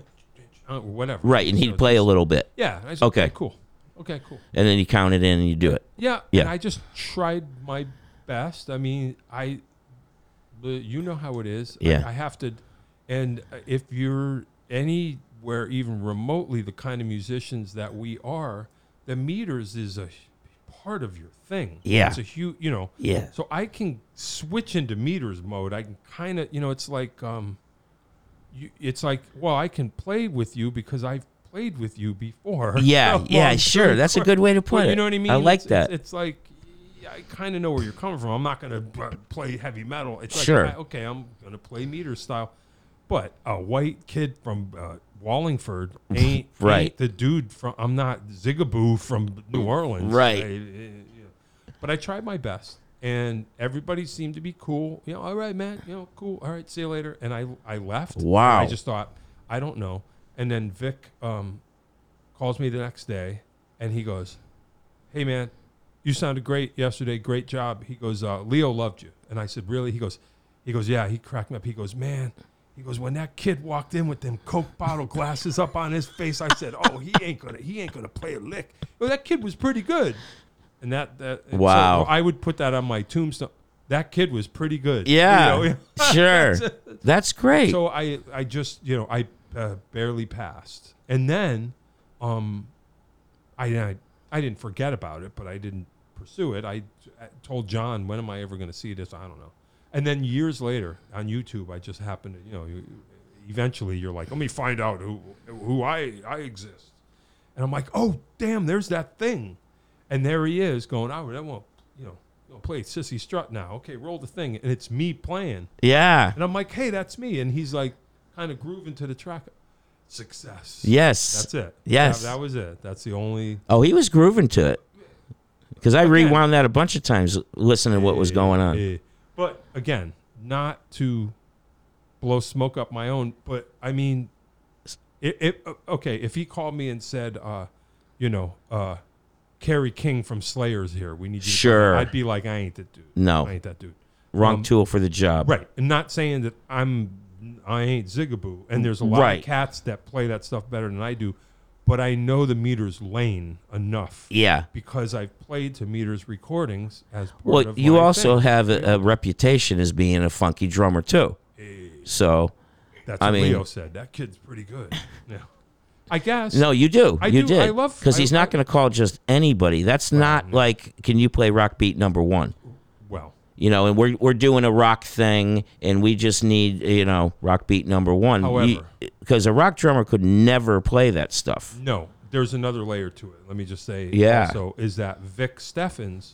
[SPEAKER 1] ja- or whatever.
[SPEAKER 2] Right, and
[SPEAKER 1] So
[SPEAKER 2] he'd
[SPEAKER 1] it's
[SPEAKER 2] play a
[SPEAKER 1] just-
[SPEAKER 2] little bit,
[SPEAKER 1] Yeah. and I said,
[SPEAKER 2] Okay.
[SPEAKER 1] okay. Cool. Okay. Cool.
[SPEAKER 2] and then you count it in and you do it.
[SPEAKER 1] Yeah.
[SPEAKER 2] Yeah.
[SPEAKER 1] And I just tried my best. I mean, I, but you know how it is. I-
[SPEAKER 2] Yeah.
[SPEAKER 1] I, have to, and if you're anywhere even remotely the kind of musicians that we are, the meters is a h- part of your thing.
[SPEAKER 2] Yeah.
[SPEAKER 1] It's a huge, you know.
[SPEAKER 2] Yeah.
[SPEAKER 1] So I can switch into meters mode. I can kind of, you know, it's like, um, you, it's like, well, I can play with you because I've played with you before.
[SPEAKER 2] Yeah, yeah,
[SPEAKER 1] Long
[SPEAKER 2] sure.
[SPEAKER 1] story
[SPEAKER 2] That's a
[SPEAKER 1] short.
[SPEAKER 2] good way to put
[SPEAKER 1] Well,
[SPEAKER 2] it.
[SPEAKER 1] You know what I mean?
[SPEAKER 2] I like
[SPEAKER 1] It's-
[SPEAKER 2] that.
[SPEAKER 1] It's, it's like yeah, I kind of know where you're coming from. I'm not going to play heavy metal. It's like,
[SPEAKER 2] Sure.
[SPEAKER 1] I- okay, I'm going to play meter style, but a white kid from uh, Wallingford ain't,
[SPEAKER 2] Right.
[SPEAKER 1] ain't the dude from. I'm not Zigaboo from New Orleans,
[SPEAKER 2] Right.
[SPEAKER 1] I- I- you know. but I tried my best, and everybody seemed to be cool. You know, all right, Matt. You know, cool. All right, see you later. And I I left.
[SPEAKER 2] Wow.
[SPEAKER 1] I just thought I don't know. And then Vic um, calls me the next day, and he goes, "Hey man, you sounded great yesterday. Great job." He goes, uh, "Leo loved you," and I said, "Really?" He goes, "He goes, yeah." He cracked me up. He goes, "Man." He goes, when that kid walked in with them Coke bottle glasses up on his face, I said, "Oh, he ain't gonna, he ain't gonna play a lick." Well, that kid was pretty good, and that that and so
[SPEAKER 2] Wow.
[SPEAKER 1] I would put that on my tombstone. That kid was pretty good.
[SPEAKER 2] yeah,
[SPEAKER 1] You know?
[SPEAKER 2] sure. That's great.
[SPEAKER 1] So I I just you know I uh, barely passed, and then, um, I, I I didn't forget about it, but I didn't pursue it. I, I told John, when am I ever going to see this? I don't know. And then years later on YouTube, I just happened to you know, you, eventually you're like, let me find out who who I I exist, and I'm like, oh damn, there's that thing, and there he is going, I that won't you know. I'll Play Sissy Strut now. Okay, roll the thing, and it's me playing.
[SPEAKER 2] yeah.
[SPEAKER 1] And I'm like, hey, that's me. And he's like, kind of grooving to the track. Success.
[SPEAKER 2] Yes.
[SPEAKER 1] That's it.
[SPEAKER 2] Yes.
[SPEAKER 1] That, that was it. That's the only.
[SPEAKER 2] Oh, he was grooving to it. Because I rewound that a bunch of times listening to what was going on.
[SPEAKER 1] Eh. But again, not to blow smoke up my own, but I mean, it, it uh, okay, if he called me and said, uh, you know, uh, Kerry King from Slayer's here, we need you. to come in,"
[SPEAKER 2] Sure.
[SPEAKER 1] I'd be like, I ain't that dude.
[SPEAKER 2] No.
[SPEAKER 1] I ain't that dude.
[SPEAKER 2] Wrong
[SPEAKER 1] Um,
[SPEAKER 2] tool for the job.
[SPEAKER 1] Right. And not saying that I'm I ain't Zigaboo and there's a lot
[SPEAKER 2] Right.
[SPEAKER 1] of cats that play that stuff better than I do, but I know the meters lane enough
[SPEAKER 2] Yeah.
[SPEAKER 1] because I've played to meters recordings as part
[SPEAKER 2] Well,
[SPEAKER 1] of
[SPEAKER 2] you
[SPEAKER 1] my
[SPEAKER 2] also
[SPEAKER 1] thing.
[SPEAKER 2] have a, a reputation as being a funky drummer too. So
[SPEAKER 1] That's
[SPEAKER 2] I
[SPEAKER 1] what
[SPEAKER 2] mean-
[SPEAKER 1] Leo said. That kid's pretty good. yeah. I guess.
[SPEAKER 2] no, you do.
[SPEAKER 1] I
[SPEAKER 2] you
[SPEAKER 1] do.
[SPEAKER 2] did.
[SPEAKER 1] I love-
[SPEAKER 2] because
[SPEAKER 1] I-
[SPEAKER 2] he's not
[SPEAKER 1] I-
[SPEAKER 2] going to call just anybody. That's not like can you play rock beat number one?
[SPEAKER 1] Well,
[SPEAKER 2] You know, and we're we're doing a rock thing, and we just need you know rock beat number one.
[SPEAKER 1] However-
[SPEAKER 2] because a rock drummer could never play that stuff.
[SPEAKER 1] no. There's another layer to it. Let me just say
[SPEAKER 2] Yeah.
[SPEAKER 1] also is that Vic Steffens,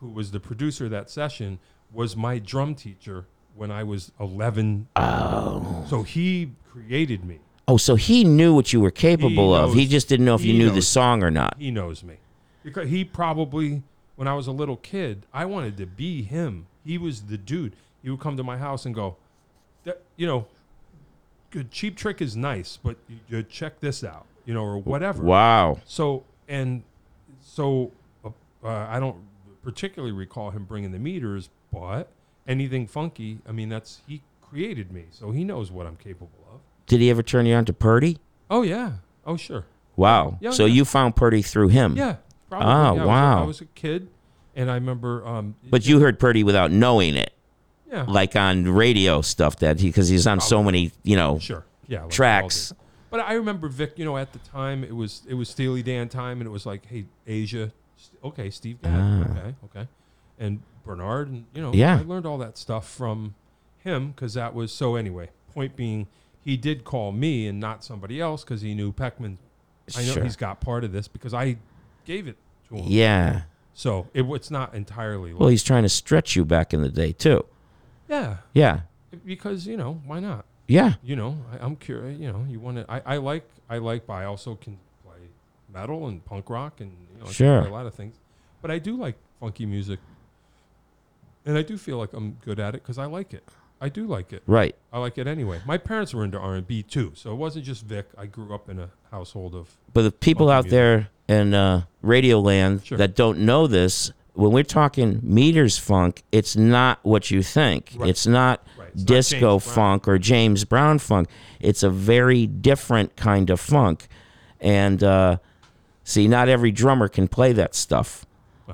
[SPEAKER 1] who was the producer of that session, was my drum teacher when I was 11. Oh. So he created me.
[SPEAKER 2] Oh, so he knew what you were capable of. He
[SPEAKER 1] knows-
[SPEAKER 2] just didn't know if you
[SPEAKER 1] he
[SPEAKER 2] knew the
[SPEAKER 1] knows.
[SPEAKER 2] song or not.
[SPEAKER 1] he knows me because he probably when i was a little kid i wanted to be him he was the dude he would come to my house and go that you know good cheap trick is nice but you, you check this out you know or whatever
[SPEAKER 2] Wow.
[SPEAKER 1] so and so uh, uh, i don't particularly recall him bringing the meters but anything funky i mean that's he created me so he knows what i'm capable of
[SPEAKER 2] Did he ever turn you on to Purdy?
[SPEAKER 1] oh yeah oh sure
[SPEAKER 2] Wow.
[SPEAKER 1] Yeah,
[SPEAKER 2] so
[SPEAKER 1] yeah.
[SPEAKER 2] you found Purdy through him.
[SPEAKER 1] Yeah. Probably.
[SPEAKER 2] Oh,
[SPEAKER 1] yeah, I was a-
[SPEAKER 2] wow.
[SPEAKER 1] I was a kid, and I remember. Um,
[SPEAKER 2] But you heard Purdy without knowing it,
[SPEAKER 1] yeah,
[SPEAKER 2] like on radio stuff that he because he's on so many, you know.
[SPEAKER 1] sure, yeah, like
[SPEAKER 2] tracks.
[SPEAKER 1] we all did. But I remember Vic. You know, at the time it was it was Steely Dan time, and it was like, hey, Asia, st- okay, Steve Gadd, okay, okay, and Bernard, and you know,
[SPEAKER 2] Ah. Yeah.
[SPEAKER 1] I learned all that stuff from him because that was so. Anyway, point being, he did call me and not somebody else because he knew Peckman. I know
[SPEAKER 2] Sure.
[SPEAKER 1] he's got part of this because I gave it to him.
[SPEAKER 2] Yeah.
[SPEAKER 1] So it, it's not entirely.
[SPEAKER 2] Well,
[SPEAKER 1] like-
[SPEAKER 2] he's trying to stretch you back in the day too.
[SPEAKER 1] yeah.
[SPEAKER 2] Yeah.
[SPEAKER 1] because you know why not
[SPEAKER 2] Yeah.
[SPEAKER 1] you know I, i'm curious you know you want to I, I like i like but i also can play metal and punk rock and you know I can
[SPEAKER 2] Sure.
[SPEAKER 1] play a lot of things but i do like funky music and i do feel like i'm good at it because i like it i do like it
[SPEAKER 2] Right.
[SPEAKER 1] i like it anyway my parents were into r&b too so it wasn't just vic i grew up in a household of
[SPEAKER 2] But the people
[SPEAKER 1] Funky
[SPEAKER 2] out there in uh, Radio Land
[SPEAKER 1] Sure.
[SPEAKER 2] that don't know this, when we're talking meters funk, it's not what you think.
[SPEAKER 1] Right.
[SPEAKER 2] It's not
[SPEAKER 1] Right. It's not
[SPEAKER 2] disco
[SPEAKER 1] James Brown.
[SPEAKER 2] funk or James Brown funk. It's a very different kind of funk. And uh, see, not every drummer can play that stuff.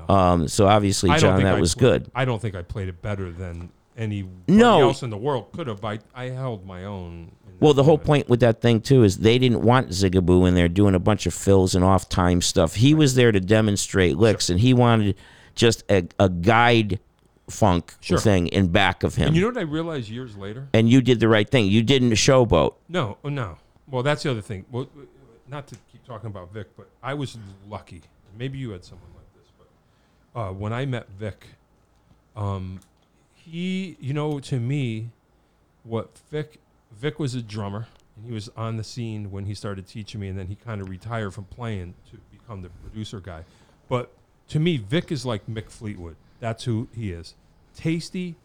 [SPEAKER 2] Um, so obviously,
[SPEAKER 1] I don't
[SPEAKER 2] John,
[SPEAKER 1] think
[SPEAKER 2] that
[SPEAKER 1] I
[SPEAKER 2] was
[SPEAKER 1] played-
[SPEAKER 2] good.
[SPEAKER 1] I don't think I played it better than anyone
[SPEAKER 2] No.
[SPEAKER 1] else in the world could have. I, I held my own. in
[SPEAKER 2] Well,
[SPEAKER 1] that
[SPEAKER 2] the whole
[SPEAKER 1] moment.
[SPEAKER 2] point with that thing too is they didn't want Zigaboo in there doing a bunch of fills and off time stuff. He was there to demonstrate licks, and he wanted just a, a guide funk
[SPEAKER 1] Sure.
[SPEAKER 2] thing in back of him.
[SPEAKER 1] You know what I realized years later?
[SPEAKER 2] and you did the right thing. You didn't showboat.
[SPEAKER 1] No, oh, no. Well, that's the other thing. Well, w- w- not to keep talking about Vic, but I was lucky. Maybe you had someone like this, but uh, when I met Vic, um, he, you know, to me, what Vic, Vic was a drummer, and he was on the scene when he started teaching me, and then he kind of retired from playing to become the producer guy. But to me, Vic is like Mick Fleetwood. That's who he is. Tasty,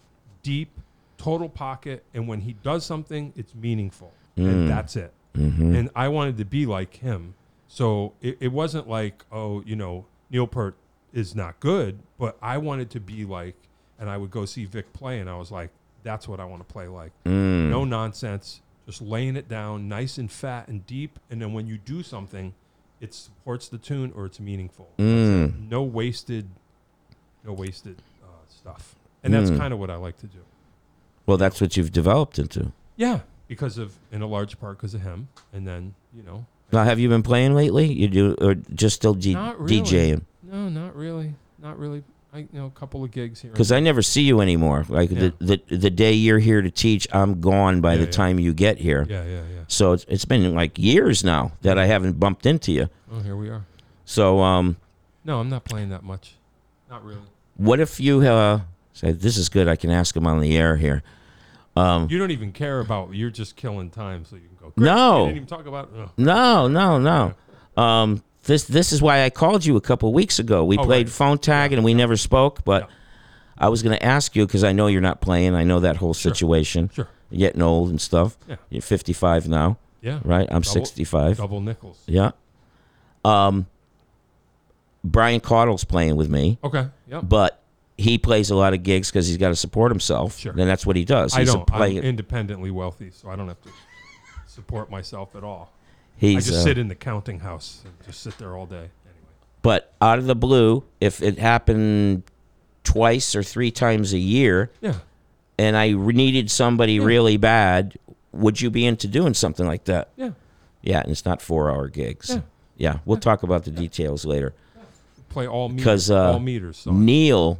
[SPEAKER 1] deep, total pocket, and when he does something, it's meaningful, and that's it.
[SPEAKER 2] Mm.
[SPEAKER 1] And I wanted to be like him, so it, it wasn't like, oh, you know, Neil Peart is not good, but I wanted to be like, and I would go see Vic play, and I was like, that's what I want to play like. Mm.
[SPEAKER 2] Mm.
[SPEAKER 1] No nonsense, just laying it down, nice and fat and deep, and then when you do something, it supports the tune or it's meaningful.
[SPEAKER 2] Mm.
[SPEAKER 1] That's it. No wasted, no wasted uh, stuff, and that's kind of what I like to do.
[SPEAKER 2] Well, that's what you've developed into.
[SPEAKER 1] Yeah, because of in a large part because of him, and then you know,
[SPEAKER 2] Now, have you been playing lately? You do, or just still D-
[SPEAKER 1] Not really.
[SPEAKER 2] DJing?
[SPEAKER 1] no, not really, not really. I you know a couple of gigs here. and
[SPEAKER 2] Because I never see you anymore. Like
[SPEAKER 1] Yeah.
[SPEAKER 2] the, the the day you're here to teach, I'm gone by
[SPEAKER 1] Yeah,
[SPEAKER 2] the
[SPEAKER 1] yeah.
[SPEAKER 2] time you get here.
[SPEAKER 1] there. yeah, yeah, yeah.
[SPEAKER 2] So it's, it's been like years now that I haven't bumped into you.
[SPEAKER 1] Oh, here we are.
[SPEAKER 2] So um,
[SPEAKER 1] No, I'm not playing that much. Not really.
[SPEAKER 2] what if you uh, said this is good? I can ask him on the air here. Um,
[SPEAKER 1] You don't even care about. You're just killing time, so you can go.
[SPEAKER 2] No.
[SPEAKER 1] you didn't even talk about. oh, Ugh.
[SPEAKER 2] No, no, no. Um, this this is why I called you a couple weeks ago. We
[SPEAKER 1] Oh,
[SPEAKER 2] played
[SPEAKER 1] right.
[SPEAKER 2] phone tag and we never spoke, but I was going to ask you because I know you're not playing. I know that whole situation.
[SPEAKER 1] Sure.
[SPEAKER 2] You're Getting old and stuff.
[SPEAKER 1] Yeah.
[SPEAKER 2] You're 55 now,
[SPEAKER 1] Yeah.
[SPEAKER 2] right? I'm
[SPEAKER 1] Double-
[SPEAKER 2] 65.
[SPEAKER 1] Double nickels.
[SPEAKER 2] Yeah. Um, Brian Caudle's playing with me,
[SPEAKER 1] Okay. Yep.
[SPEAKER 2] but he plays a lot of gigs because he's got to support himself.
[SPEAKER 1] Sure.
[SPEAKER 2] And that's what he does.
[SPEAKER 1] I
[SPEAKER 2] He's a
[SPEAKER 1] don't. I'm
[SPEAKER 2] play-
[SPEAKER 1] independently wealthy, so I don't have to support myself at all. I
[SPEAKER 2] he's
[SPEAKER 1] just
[SPEAKER 2] uh,
[SPEAKER 1] sit in the counting house and just sit there all day. Anyway.
[SPEAKER 2] But out of the blue, if it happened twice or three times a year,
[SPEAKER 1] Yeah.
[SPEAKER 2] and I re- needed somebody really bad, would you be into doing something like that?
[SPEAKER 1] Yeah.
[SPEAKER 2] Yeah, and it's not four-hour gigs.
[SPEAKER 1] Yeah.
[SPEAKER 2] Yeah, we'll talk about the details later.
[SPEAKER 1] Play all meters.
[SPEAKER 2] 'Cause, uh,
[SPEAKER 1] all meters. So
[SPEAKER 2] Neil,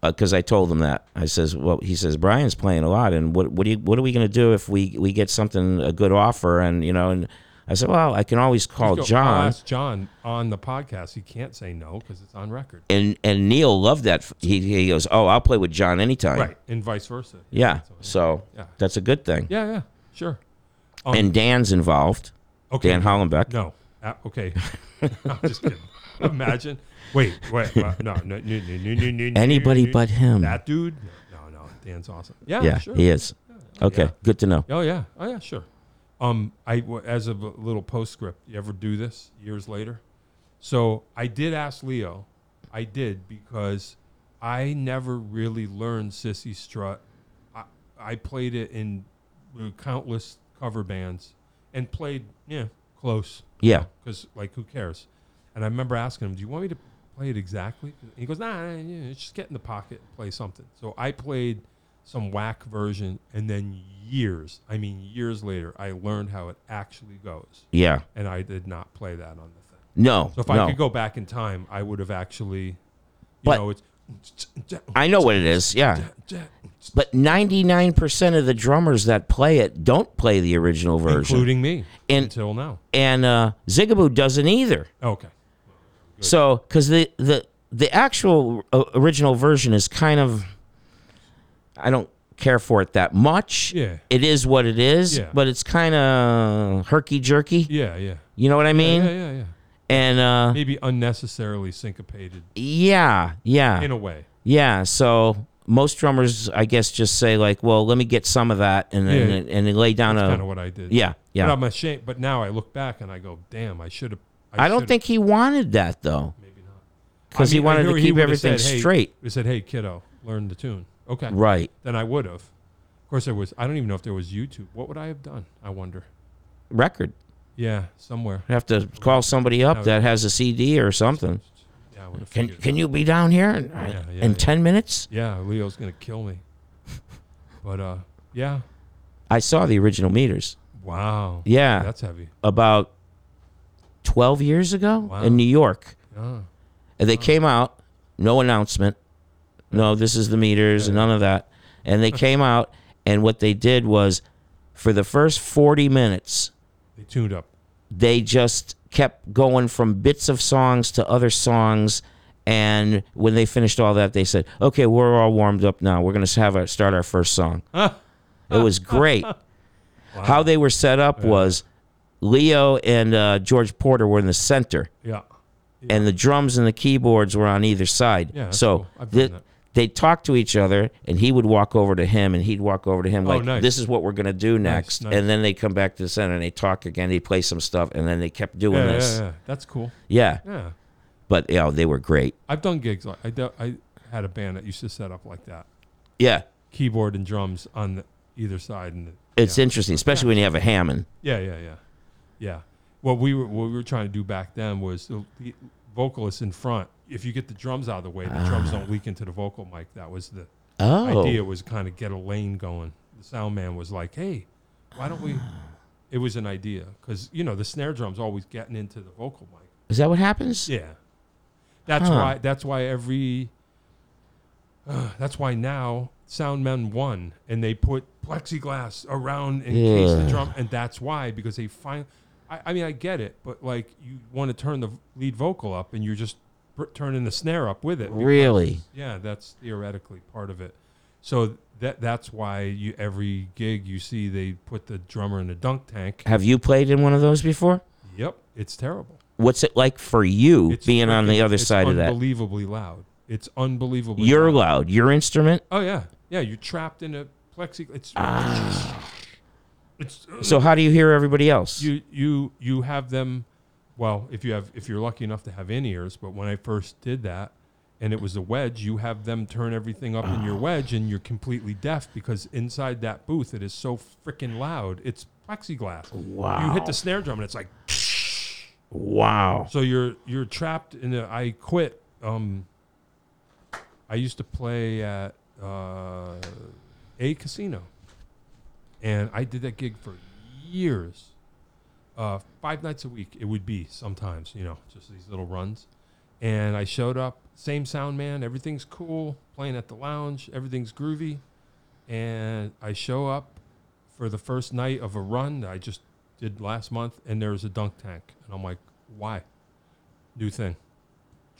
[SPEAKER 2] because I told him that I says, well, he says Brian's playing a lot, and what what do you, what are we going to do if we we get something a good offer and you know and I said, well, I can always call
[SPEAKER 1] Go- I'll
[SPEAKER 2] John.
[SPEAKER 1] ask John on the podcast. He can't say no because it's on record.
[SPEAKER 2] And, and Neil loved that. He, he goes, oh, I'll play with John anytime.
[SPEAKER 1] Right. And vice versa.
[SPEAKER 2] Yeah.
[SPEAKER 1] So,
[SPEAKER 2] So
[SPEAKER 1] Yeah.
[SPEAKER 2] that's a good thing.
[SPEAKER 1] yeah. Yeah. Sure.
[SPEAKER 2] And Dan's involved.
[SPEAKER 1] Okay.
[SPEAKER 2] Dan Hollenbeck.
[SPEAKER 1] No. Uh, okay. I'm just kidding. Imagine. Wait. Wait. wait, no. No. No. No. No. no, no, no
[SPEAKER 2] Anybody
[SPEAKER 1] no.
[SPEAKER 2] but him.
[SPEAKER 1] that dude. No. No. no. Dan's awesome. Yeah.
[SPEAKER 2] yeah,
[SPEAKER 1] Sure.
[SPEAKER 2] he is. Okay,
[SPEAKER 1] Yeah.
[SPEAKER 2] good to know.
[SPEAKER 1] Oh yeah. Oh yeah. Sure. Um, I w- as of a little postscript. You ever do this years later? So I did ask Leo. I did because I never really learned Sissy Strut. I, I played it in uh, countless cover bands and played yeah close
[SPEAKER 2] Yeah.
[SPEAKER 1] because like who cares? And I remember asking him, "Do you want me to play it exactly?" And he goes, "Nah, nah, nah, nah, just get in the pocket and play something." So I played some whack version, and then years, I mean years later, I learned how it actually goes,
[SPEAKER 2] Yeah.
[SPEAKER 1] and I did not play that on the thing.
[SPEAKER 2] No.
[SPEAKER 1] So if
[SPEAKER 2] no.
[SPEAKER 1] I could go back in time, I would have actually, you
[SPEAKER 2] But-
[SPEAKER 1] know, it's
[SPEAKER 2] I know what it is. Yeah. But 99% of the drummers that play it don't play the original version.
[SPEAKER 1] including me
[SPEAKER 2] And-
[SPEAKER 1] until now.
[SPEAKER 2] and uh, Zigaboo doesn't either.
[SPEAKER 1] Okay,
[SPEAKER 2] So, because the, the, the actual o- original version is kind of, I don't care for it that much.
[SPEAKER 1] Yeah.
[SPEAKER 2] It is what it is,
[SPEAKER 1] Yeah.
[SPEAKER 2] but it's kind of herky jerky.
[SPEAKER 1] yeah, yeah,
[SPEAKER 2] You know what I mean?
[SPEAKER 1] yeah, yeah, yeah.
[SPEAKER 2] And uh,
[SPEAKER 1] Maybe unnecessarily syncopated
[SPEAKER 2] yeah, yeah,
[SPEAKER 1] in a way.
[SPEAKER 2] yeah. So most drummers, I guess, just say like, "Well, let me get some of that," and and,
[SPEAKER 1] Yeah.
[SPEAKER 2] and, they lay down
[SPEAKER 1] kind of
[SPEAKER 2] a
[SPEAKER 1] what I did.
[SPEAKER 2] yeah,
[SPEAKER 1] But
[SPEAKER 2] yeah.
[SPEAKER 1] I'm ashamed. But now I look back and I go, damn, I should have.
[SPEAKER 2] I don't
[SPEAKER 1] should've-
[SPEAKER 2] think he wanted that though,
[SPEAKER 1] maybe not.
[SPEAKER 2] because
[SPEAKER 1] I mean,
[SPEAKER 2] he wanted
[SPEAKER 1] I
[SPEAKER 2] to
[SPEAKER 1] hear
[SPEAKER 2] keep
[SPEAKER 1] would've
[SPEAKER 2] everything
[SPEAKER 1] said,
[SPEAKER 2] straight.
[SPEAKER 1] Hey, he said, "Hey, kiddo, learn the tune." Okay,
[SPEAKER 2] Right.
[SPEAKER 1] then I would have. Of course, there was. I don't even know if there was YouTube. What would I have done? I wonder.
[SPEAKER 2] record.
[SPEAKER 1] Yeah, somewhere.
[SPEAKER 2] I have to call somebody up that has a CD or something.
[SPEAKER 1] Yeah, I would have
[SPEAKER 2] Can
[SPEAKER 1] figured it
[SPEAKER 2] Can you be down here in,
[SPEAKER 1] Yeah, yeah,
[SPEAKER 2] in
[SPEAKER 1] yeah.
[SPEAKER 2] ten minutes?
[SPEAKER 1] Yeah, Leo's gonna kill me. but uh, yeah.
[SPEAKER 2] I saw the original meters.
[SPEAKER 1] Wow.
[SPEAKER 2] Yeah,
[SPEAKER 1] That's heavy.
[SPEAKER 2] about twelve years ago
[SPEAKER 1] Wow.
[SPEAKER 2] in New York,
[SPEAKER 1] Yeah.
[SPEAKER 2] and they came out. No announcement. No, this is the meters. None of that. And they came out, and what they did was, for the first forty minutes,
[SPEAKER 1] They tuned up.
[SPEAKER 2] they just kept going from bits of songs to other songs and when they finished all that they said okay we're all warmed up now we're going to have our start our first song it was great how they were set up was leo and uh, george porter were in the center
[SPEAKER 1] Yeah.
[SPEAKER 2] and the drums and the keyboards were on either side
[SPEAKER 1] Yeah, that's
[SPEAKER 2] so
[SPEAKER 1] cool. I've
[SPEAKER 2] thi-
[SPEAKER 1] done that.
[SPEAKER 2] they talked to each other and he would walk over to him and he'd walk over to him like
[SPEAKER 1] Oh, nice.
[SPEAKER 2] this is what we're going to do next
[SPEAKER 1] nice.
[SPEAKER 2] and then they come back to the center and they talk again they play some stuff and then they kept doing
[SPEAKER 1] Yeah,
[SPEAKER 2] this
[SPEAKER 1] yeah, yeah. That's cool.
[SPEAKER 2] yeah.
[SPEAKER 1] Yeah.
[SPEAKER 2] But you know, they were great.
[SPEAKER 1] I've done gigs. Like, I do, I had a band that used to set up like that,
[SPEAKER 2] Yeah.
[SPEAKER 1] keyboard and drums on the, either side, and the,
[SPEAKER 2] It's
[SPEAKER 1] yeah.
[SPEAKER 2] interesting, especially when you have a Hammond.
[SPEAKER 1] Yeah, yeah, yeah, yeah. What we were what we were trying to do back then was the, the vocalist in front. If you get the drums out of the way, the drums don't leak into the vocal mic. That was the
[SPEAKER 2] Oh.
[SPEAKER 1] idea. Was kind of get a lane going. The sound man was like, "Hey, why don't we?" It was an idea because you know the snare drum's always getting into the vocal mic.
[SPEAKER 2] Is that what happens?
[SPEAKER 1] Yeah, that's
[SPEAKER 2] Huh.
[SPEAKER 1] why. That's why every. Uh, that's why now Soundmen won, and they put plexiglass around in case the
[SPEAKER 2] Yeah.
[SPEAKER 1] drum, and that's why because they find. I, I mean, I get it, but like you want to turn the lead vocal up, and you're just br- turning the snare up with it. because-
[SPEAKER 2] Really?
[SPEAKER 1] Yeah, that's theoretically part of it. So that that's why you every gig you see they put the drummer in a dunk tank.
[SPEAKER 2] Have you played in one of those before?
[SPEAKER 1] Yep, it's terrible.
[SPEAKER 2] What's it like for you
[SPEAKER 1] It's
[SPEAKER 2] being on the
[SPEAKER 1] freaking-
[SPEAKER 2] other
[SPEAKER 1] it's
[SPEAKER 2] side of that?
[SPEAKER 1] Unbelievably loud. It's unbelievably.
[SPEAKER 2] You're
[SPEAKER 1] loud.
[SPEAKER 2] loud. Your instrument.
[SPEAKER 1] Oh yeah, yeah. You're trapped in a plexi. It's.
[SPEAKER 2] Ah.
[SPEAKER 1] It's
[SPEAKER 2] So how do you hear everybody else?
[SPEAKER 1] you you you have them. Well, if you have if you're lucky enough to have in ears, but when I first did that, and it was a wedge, you have them turn everything up in
[SPEAKER 2] Ah.
[SPEAKER 1] your wedge, and you're completely deaf because inside that booth it is so freaking loud. It's plexiglass. Wow. You hit the snare drum and it's like
[SPEAKER 2] wow.
[SPEAKER 1] so you're you're trapped in a. I quit. Um, I used to play at uh, a casino, and I did that gig for years, uh, five nights a week. It would be sometimes, you know, just these little runs. And I showed up, same sound man. Everything's cool. Playing at the lounge, everything's groovy. And I show up for the first night of a run that I just did last month, and there was a dunk tank, and I'm like, why? New thing.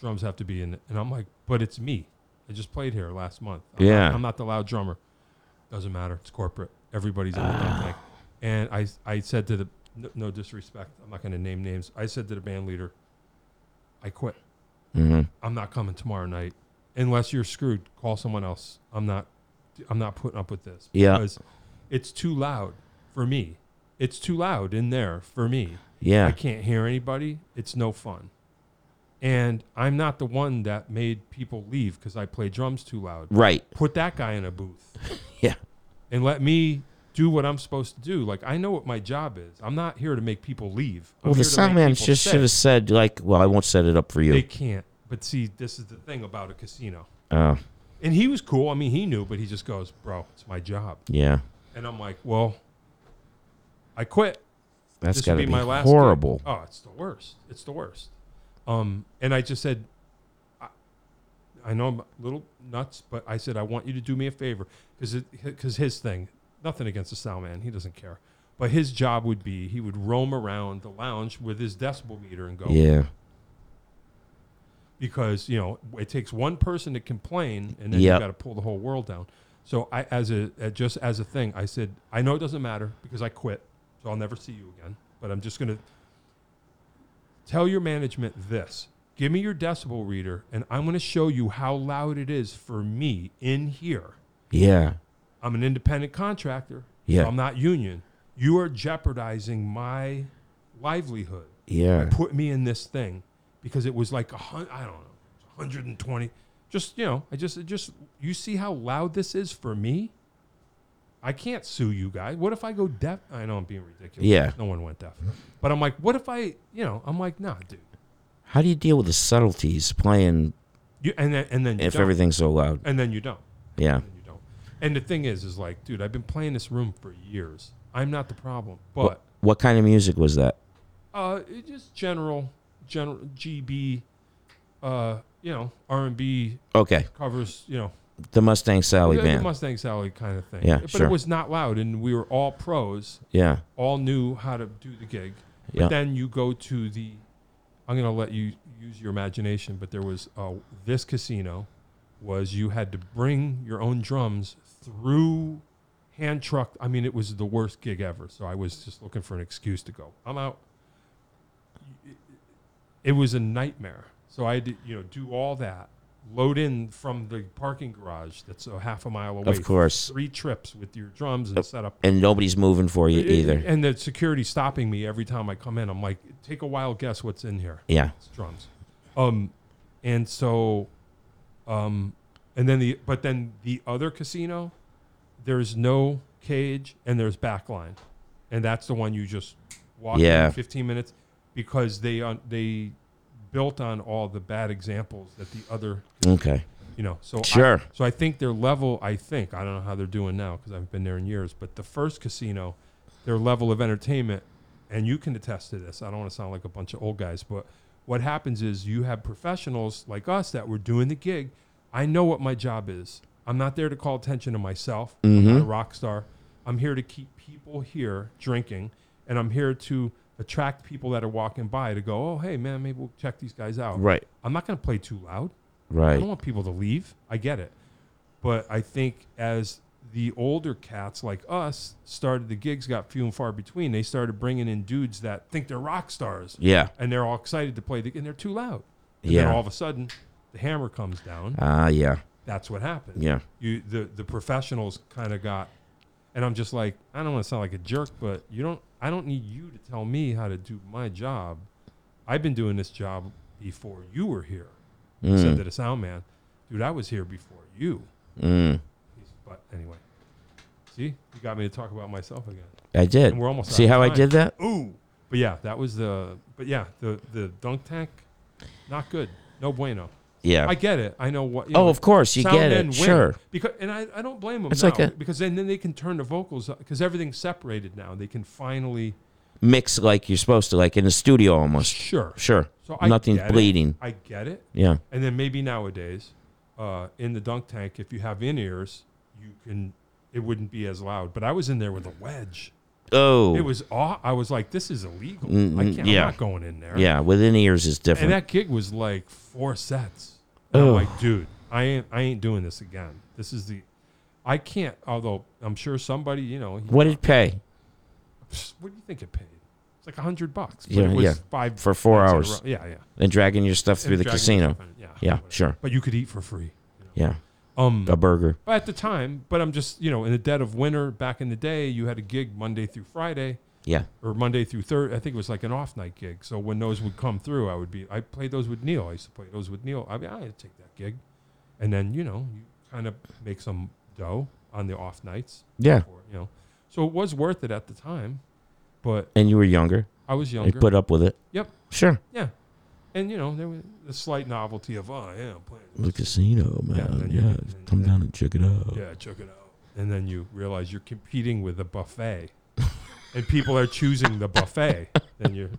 [SPEAKER 1] Drums have to be in it, and I'm like, but it's me. I just played here last month. I'm
[SPEAKER 2] Yeah.
[SPEAKER 1] not, I'm not the loud drummer. Doesn't matter. It's corporate. Everybody's in the dunk tank. And I, I said to the no, no disrespect, I'm not going to name names. I said to the band leader, I quit.
[SPEAKER 2] Mm-hmm.
[SPEAKER 1] I'm not coming tomorrow night unless you're screwed. Call someone else. I'm not. I'm not putting up with this.
[SPEAKER 2] Yeah.
[SPEAKER 1] Because it's too loud for me. It's too loud in there for me. I
[SPEAKER 2] Yeah.
[SPEAKER 1] can't hear anybody. It's no fun. And I'm not the one that made people leave because I play drums too loud.
[SPEAKER 2] Right.
[SPEAKER 1] Put that guy in a booth
[SPEAKER 2] Yeah.
[SPEAKER 1] and let me do what I'm supposed to do. Like I know what my job is. I'm not here to make people leave. I'm
[SPEAKER 2] Well, the
[SPEAKER 1] here to make
[SPEAKER 2] sound man
[SPEAKER 1] people
[SPEAKER 2] just
[SPEAKER 1] stay.
[SPEAKER 2] should have said like, "Well, I won't set it up for
[SPEAKER 1] They
[SPEAKER 2] you."
[SPEAKER 1] can't. But see, this is the thing about a casino.
[SPEAKER 2] Oh,
[SPEAKER 1] And he was cool. I mean, he knew, but he just goes, "Bro, it's my job."
[SPEAKER 2] yeah.
[SPEAKER 1] And I'm like, "Well, I quit.
[SPEAKER 2] That's
[SPEAKER 1] this would
[SPEAKER 2] got
[SPEAKER 1] be,
[SPEAKER 2] to be,
[SPEAKER 1] my last." gig."
[SPEAKER 2] horrible.
[SPEAKER 1] Oh, it's the worst. It's the worst. Um, and I just said, I, "I know I'm a little nuts, but I said I want you to do me a favor because because his thing, nothing against the sound man, he doesn't care." But his job would be he would roam around the lounge with his decibel meter and go,
[SPEAKER 2] Yeah.
[SPEAKER 1] because you know it takes one person to complain and then
[SPEAKER 2] Yep.
[SPEAKER 1] you got to pull the whole world down so i as a uh, just as a thing i said i know it doesn't matter because i quit so i'll never see you again but i'm just going to tell your management this give me your decibel reader and i'm going to show you how loud it is for me in here
[SPEAKER 2] Yeah.
[SPEAKER 1] i'm an independent contractor
[SPEAKER 2] Yeah.
[SPEAKER 1] i'm not union you are jeopardizing my livelihood
[SPEAKER 2] Yeah.
[SPEAKER 1] put me in this thing because it was like a hun- I don't know, 120. Just you know, I just it just you see how loud this is for me. I can't sue you guys. What if I go deaf? I know I'm being ridiculous.
[SPEAKER 2] Yeah.
[SPEAKER 1] No one went deaf. But I'm like, what if I, you know, I'm like, nah, dude.
[SPEAKER 2] How do you deal with the subtleties playing
[SPEAKER 1] You, and then, and then you
[SPEAKER 2] if
[SPEAKER 1] don't.
[SPEAKER 2] everything's so loud?
[SPEAKER 1] and then you don't.
[SPEAKER 2] Yeah.
[SPEAKER 1] And you don't. And the thing is, is like, dude, I've been playing this room for years. I'm not the problem. But
[SPEAKER 2] What, what kind of music was that?
[SPEAKER 1] uh, it just general, general GB, uh, you know, R and B
[SPEAKER 2] Okay,
[SPEAKER 1] covers,
[SPEAKER 2] covers
[SPEAKER 1] you know,
[SPEAKER 2] the Mustang Sally
[SPEAKER 1] the, the
[SPEAKER 2] band.
[SPEAKER 1] Mustang Sally kind of thing.
[SPEAKER 2] Yeah,
[SPEAKER 1] but
[SPEAKER 2] sure.
[SPEAKER 1] it was not loud, and we were all pros,
[SPEAKER 2] yeah,
[SPEAKER 1] all knew how to do the gig. But
[SPEAKER 2] Yeah.
[SPEAKER 1] then you go to the, I'm gonna let you use your imagination, but there was uh, this casino, was you had to bring your own drums through hand truck. I mean, it was the worst gig ever. So I was just looking for an excuse to go. I'm out. It was a nightmare. So I had to, you know, do all that, load in from the parking garage that's a half a mile away.
[SPEAKER 2] course.
[SPEAKER 1] Three trips with your drums and setup.
[SPEAKER 2] and nobody's moving for you
[SPEAKER 1] It-
[SPEAKER 2] either.
[SPEAKER 1] And the security stopping me every time I come in. I'm like, take a wild guess what's in here.
[SPEAKER 2] yeah,
[SPEAKER 1] It's drums. Um, and so, um, and then the but then the other casino, there's no cage and there's backline, and that's the one you just walk
[SPEAKER 2] Yeah.
[SPEAKER 1] in 15 minutes because they uh, they built on all the bad examples that the other
[SPEAKER 2] okay,
[SPEAKER 1] you know so I-
[SPEAKER 2] Sure.
[SPEAKER 1] so I think their level I think I don't know how they're doing now because I haven't been there in years but the first casino their level of entertainment and you can attest to this I don't want to sound like a bunch of old guys but what happens is you have professionals like us that were doing the gig I know what my job is I'm not there to call attention to myself
[SPEAKER 2] Mm-hmm.
[SPEAKER 1] I'm not a rock star I'm here to keep people here drinking and I'm here to attract people that are walking by to go oh hey man maybe we'll check these guys out
[SPEAKER 2] Right.
[SPEAKER 1] I'm not going to play too loud I don't
[SPEAKER 2] right.
[SPEAKER 1] want people to leave. I get it. But I think as the older cats like us started, the gigs got few and far between. They started bringing in dudes that think they're rock stars
[SPEAKER 2] Yeah.
[SPEAKER 1] and they're all excited to play, the, and they're too loud. And
[SPEAKER 2] Yeah.
[SPEAKER 1] then all of a sudden, the hammer comes down.
[SPEAKER 2] Ah, yeah,
[SPEAKER 1] That's what happened.
[SPEAKER 2] yeah.
[SPEAKER 1] You, the, the professionals kind of got, and I'm just like, I don't want to sound like a jerk, but you don't, I don't need you to tell me how to do my job. I've been doing this job before you were here said
[SPEAKER 2] Mm,
[SPEAKER 1] to the sound man, "Dude, I was here before you."
[SPEAKER 2] mm.
[SPEAKER 1] He's- But anyway, see, you got me to talk about myself again.
[SPEAKER 2] I did.
[SPEAKER 1] And we're almost
[SPEAKER 2] See
[SPEAKER 1] out of
[SPEAKER 2] how I
[SPEAKER 1] time.
[SPEAKER 2] did that?
[SPEAKER 1] Ooh, but yeah, that was the. But yeah, the the dunk tank, not good. No bueno.
[SPEAKER 2] Yeah.
[SPEAKER 1] I get it. I know what. You
[SPEAKER 2] oh,
[SPEAKER 1] know,
[SPEAKER 2] of course you
[SPEAKER 1] sound
[SPEAKER 2] get
[SPEAKER 1] men
[SPEAKER 2] it.
[SPEAKER 1] win.
[SPEAKER 2] Sure.
[SPEAKER 1] Because and I, I don't blame them
[SPEAKER 2] It's
[SPEAKER 1] now
[SPEAKER 2] like a-
[SPEAKER 1] because then, then they can turn the vocals because everything's separated now. They can finally
[SPEAKER 2] Mix like you're supposed to, like in the studio almost.
[SPEAKER 1] sure.
[SPEAKER 2] Sure.
[SPEAKER 1] So I
[SPEAKER 2] Nothing's
[SPEAKER 1] get it.
[SPEAKER 2] bleeding.
[SPEAKER 1] I get it.
[SPEAKER 2] Yeah.
[SPEAKER 1] And then maybe nowadays, uh, in the dunk tank, if you have in ears, you can. It wouldn't be as loud. But I was in there with a wedge.
[SPEAKER 2] Oh.
[SPEAKER 1] It was. Aw- I was like, this is illegal.
[SPEAKER 2] Mm,
[SPEAKER 1] I
[SPEAKER 2] mm,
[SPEAKER 1] can't.
[SPEAKER 2] yeah.
[SPEAKER 1] I'm not going in there.
[SPEAKER 2] yeah. Within ears is
[SPEAKER 1] And
[SPEAKER 2] different.
[SPEAKER 1] that gig was like four sets. And I'm
[SPEAKER 2] Ugh.
[SPEAKER 1] like, dude, I ain't. I ain't doing this again. This is the. I can't. Although I'm sure somebody, you know, he-
[SPEAKER 2] what did it pay
[SPEAKER 1] pfft, what do you think it paid? It's like a hundred bucks. But
[SPEAKER 2] Yeah,
[SPEAKER 1] it was
[SPEAKER 2] yeah.
[SPEAKER 1] Five
[SPEAKER 2] for four
[SPEAKER 1] nights in a
[SPEAKER 2] hours
[SPEAKER 1] row. Yeah, yeah.
[SPEAKER 2] and dragging your stuff through
[SPEAKER 1] And
[SPEAKER 2] the
[SPEAKER 1] dragging
[SPEAKER 2] casino?
[SPEAKER 1] stuff in it. Yeah.
[SPEAKER 2] Yeah.
[SPEAKER 1] whatever.
[SPEAKER 2] Sure.
[SPEAKER 1] But you could eat for free.
[SPEAKER 2] Yeah.
[SPEAKER 1] Um.
[SPEAKER 2] A burger.
[SPEAKER 1] But at the time, but I'm just, you know, in the dead of winter back in the day, you had a gig Monday through Friday
[SPEAKER 2] Yeah.
[SPEAKER 1] or Monday through Thursday. I think it was like an off night gig. So when those would come through, I would be, I played those with Neil. I used to play those with Neil. I mean, I had to take that gig. And then, you know, you kind of make some dough on the off nights.
[SPEAKER 2] Yeah.
[SPEAKER 1] Or, you know, so it was worth it at the time, but
[SPEAKER 2] And you were younger.
[SPEAKER 1] I was
[SPEAKER 2] You
[SPEAKER 1] younger.
[SPEAKER 2] put up with it.
[SPEAKER 1] Yep.
[SPEAKER 2] Sure.
[SPEAKER 1] Yeah. And, you know, there was the slight novelty of, oh, yeah, I'm playing.
[SPEAKER 2] The casino,
[SPEAKER 1] Yeah,
[SPEAKER 2] man.
[SPEAKER 1] and
[SPEAKER 2] Yeah.
[SPEAKER 1] you- and-
[SPEAKER 2] Come down and check it out.
[SPEAKER 1] Yeah, check it out. And then you realize you're competing with a buffet, and people are choosing the buffet. Then you're,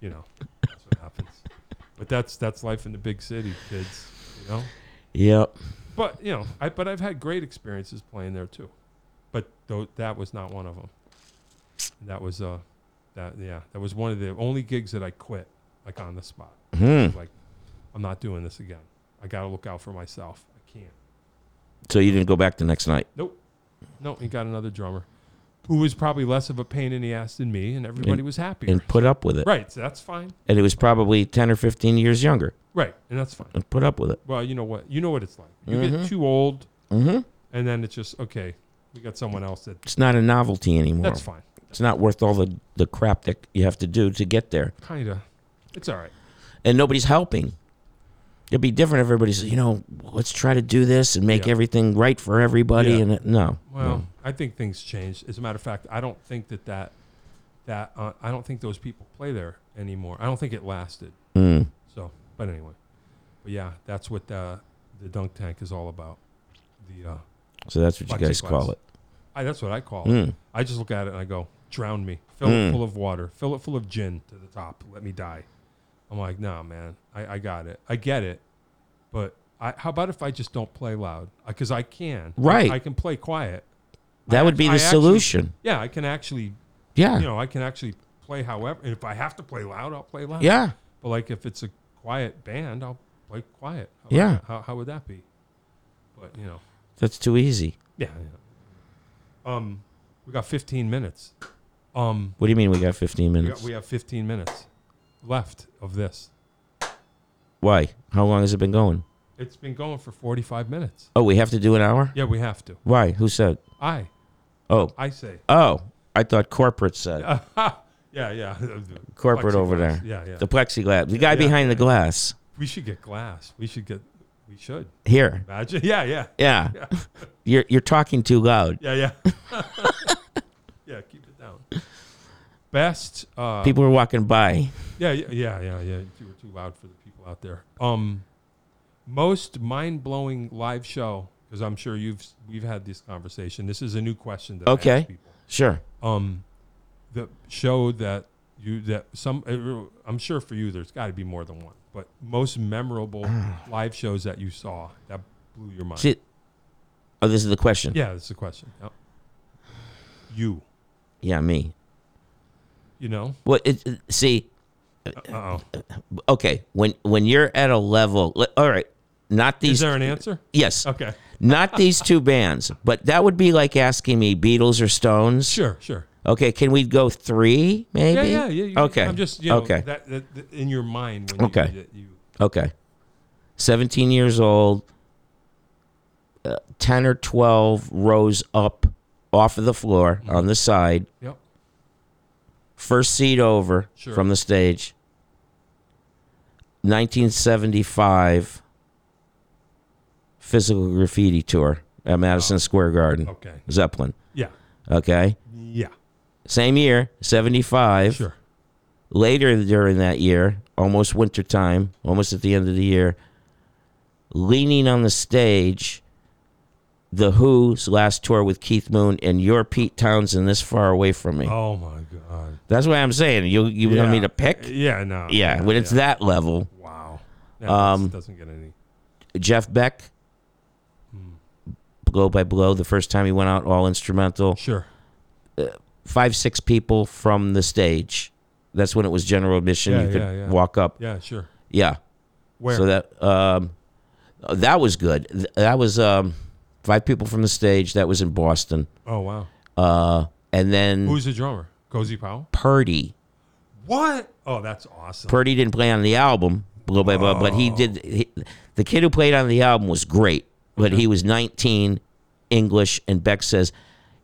[SPEAKER 1] you know, that's what happens. But that's that's life in the big city, kids. You know.
[SPEAKER 2] Yep.
[SPEAKER 1] But you know, I but I've had great experiences playing there too. But though that was not one of them. That was uh, that yeah, that was one of the only gigs that I quit like on the spot.
[SPEAKER 2] Hmm.
[SPEAKER 1] Like, I'm not doing this again. I got to look out for myself. I can't.
[SPEAKER 2] So you didn't go back the next night.
[SPEAKER 1] Nope. No, he got another drummer who was probably less of a pain in the ass than me, and everybody
[SPEAKER 2] And-
[SPEAKER 1] was happier.
[SPEAKER 2] and put up with it.
[SPEAKER 1] right, so that's fine.
[SPEAKER 2] And it was probably 10 or 15 years younger
[SPEAKER 1] Right, and that's fine.
[SPEAKER 2] and put up with it.
[SPEAKER 1] Well, you know what? You know what it's like. You
[SPEAKER 2] Mhm.
[SPEAKER 1] get too old,
[SPEAKER 2] Mm-hmm.
[SPEAKER 1] and then it's just, okay, we got someone else that.
[SPEAKER 2] It's not a novelty anymore.
[SPEAKER 1] That's fine.
[SPEAKER 2] It's not worth all the, the crap that you have to do to get there.
[SPEAKER 1] Kind of. It's all right.
[SPEAKER 2] And nobody's helping. It'd be different if everybody said, you know, let's try to do this and make
[SPEAKER 1] Yeah.
[SPEAKER 2] everything right for everybody.
[SPEAKER 1] Yeah.
[SPEAKER 2] And it, no.
[SPEAKER 1] Well,
[SPEAKER 2] no.
[SPEAKER 1] I think things changed. As a matter of fact, I don't think that that that uh, I don't think those people play there anymore. I don't think it lasted.
[SPEAKER 2] Mm.
[SPEAKER 1] So, but anyway, but yeah, that's what the the dunk tank is all about. The uh,
[SPEAKER 2] So that's what you guys
[SPEAKER 1] Plexiglass.
[SPEAKER 2] call it.
[SPEAKER 1] I, that's what I call it.
[SPEAKER 2] Mm.
[SPEAKER 1] I just look at it and I go, drown me. Fill
[SPEAKER 2] Mm.
[SPEAKER 1] it full of water. Fill it full of gin to the top. Let me die. I'm like, nah, man. I, I got it. I get it. But I, how about if I just don't play loud? Because I can.
[SPEAKER 2] Right.
[SPEAKER 1] I can play quiet.
[SPEAKER 2] That would be
[SPEAKER 1] I
[SPEAKER 2] the
[SPEAKER 1] actually-
[SPEAKER 2] solution.
[SPEAKER 1] Yeah, I can actually,
[SPEAKER 2] Yeah.
[SPEAKER 1] you know, I can actually play however. And if I have to play loud, I'll play loud.
[SPEAKER 2] yeah.
[SPEAKER 1] But like if it's a quiet band, I'll play quiet. How about
[SPEAKER 2] Yeah.
[SPEAKER 1] that? How, how would that be? But, you know,
[SPEAKER 2] That's too easy.
[SPEAKER 1] yeah. yeah. Um, we got 15 minutes. Um,
[SPEAKER 2] What do you mean we got
[SPEAKER 1] We,
[SPEAKER 2] 15 minutes?
[SPEAKER 1] got, we have 15 minutes left of this.
[SPEAKER 2] Why? How long has it been going?
[SPEAKER 1] It's been going for 45 minutes.
[SPEAKER 2] Oh, we have to do an hour?
[SPEAKER 1] Yeah, we have to.
[SPEAKER 2] Why? Who said?
[SPEAKER 1] I,
[SPEAKER 2] Oh.
[SPEAKER 1] I say.
[SPEAKER 2] Oh. I thought corporate said.
[SPEAKER 1] Yeah, yeah.
[SPEAKER 2] Corporate over
[SPEAKER 1] Plexiglass.
[SPEAKER 2] there.
[SPEAKER 1] Yeah, yeah.
[SPEAKER 2] The plexiglass. The guy
[SPEAKER 1] yeah,
[SPEAKER 2] behind the
[SPEAKER 1] yeah.
[SPEAKER 2] glass.
[SPEAKER 1] we should get glass. We should get. We should.
[SPEAKER 2] Here.
[SPEAKER 1] Imagine. Yeah, yeah,
[SPEAKER 2] Yeah. You're you're talking too loud.
[SPEAKER 1] yeah, yeah. yeah, keep it down. Best. Uh,
[SPEAKER 2] People are walking by.
[SPEAKER 1] Yeah, yeah, yeah, yeah, yeah. You were too loud for the people out there. Um, most mind-blowing live show because I'm sure you've we've had this conversation. This is a new question that I
[SPEAKER 2] Okay.
[SPEAKER 1] ask people.
[SPEAKER 2] Sure.
[SPEAKER 1] Um, the show that you that some uh, I'm sure for you there's got to be more than one, but most memorable live shows that you saw that blew your mind.
[SPEAKER 2] See, oh, this is the question.
[SPEAKER 1] Yeah, that's the question. Yep. You,
[SPEAKER 2] Yeah, me.
[SPEAKER 1] you know,
[SPEAKER 2] Well, it, it- see,
[SPEAKER 1] uh oh.
[SPEAKER 2] okay, when when you're at a level, le- all right, not these.
[SPEAKER 1] Is there an answer?
[SPEAKER 2] yes,
[SPEAKER 1] Okay,
[SPEAKER 2] not these two bands, but that would be like asking me Beatles or Stones.
[SPEAKER 1] sure, sure.
[SPEAKER 2] Okay, can we go three?
[SPEAKER 1] Yeah,
[SPEAKER 2] Maybe.
[SPEAKER 1] yeah, yeah. you-
[SPEAKER 2] okay.
[SPEAKER 1] I'm just you know,
[SPEAKER 2] okay.
[SPEAKER 1] that, that, that in your mind when you,
[SPEAKER 2] Okay.
[SPEAKER 1] that you
[SPEAKER 2] okay. Seventeen years old. Uh, Ten or twelve rows up off of the floor
[SPEAKER 1] Mm-hmm.
[SPEAKER 2] on the side.
[SPEAKER 1] yep.
[SPEAKER 2] first seat over
[SPEAKER 1] Sure.
[SPEAKER 2] from the stage 1975 physical graffiti tour at madison square garden
[SPEAKER 1] Okay.
[SPEAKER 2] zeppelin
[SPEAKER 1] Yeah.
[SPEAKER 2] okay
[SPEAKER 1] Yeah.
[SPEAKER 2] same year 75
[SPEAKER 1] Sure.
[SPEAKER 2] later during that year almost wintertime almost at the end of the year leaning on the stage the who's last tour with keith moon and your pete townsend this far away from me
[SPEAKER 1] Oh my god.
[SPEAKER 2] that's what i'm saying you you want me to pick
[SPEAKER 1] Yeah. No.
[SPEAKER 2] Yeah, when it's that level,
[SPEAKER 1] Wow. Yeah,
[SPEAKER 2] Um,
[SPEAKER 1] this doesn't get any.
[SPEAKER 2] Jeff Beck,
[SPEAKER 1] Hmm.
[SPEAKER 2] blow by blow, the first time he went out all instrumental,
[SPEAKER 1] Sure.
[SPEAKER 2] five, six people from the stage. That's when it was general admission.
[SPEAKER 1] Yeah,
[SPEAKER 2] you could
[SPEAKER 1] yeah, yeah.
[SPEAKER 2] walk up.
[SPEAKER 1] Yeah. Sure.
[SPEAKER 2] Yeah.
[SPEAKER 1] Where?
[SPEAKER 2] So that um, that was good. Th- That was um, five people from the stage. That was in Boston.
[SPEAKER 1] oh wow.
[SPEAKER 2] Uh, and then
[SPEAKER 1] Who's the drummer? Cozy Powell.
[SPEAKER 2] Purdy.
[SPEAKER 1] What? Oh, that's awesome.
[SPEAKER 2] Purdy didn't play on the album, blow by blow, but he did. He, the kid who played on the album was great, but he was 19, English, and Beck says,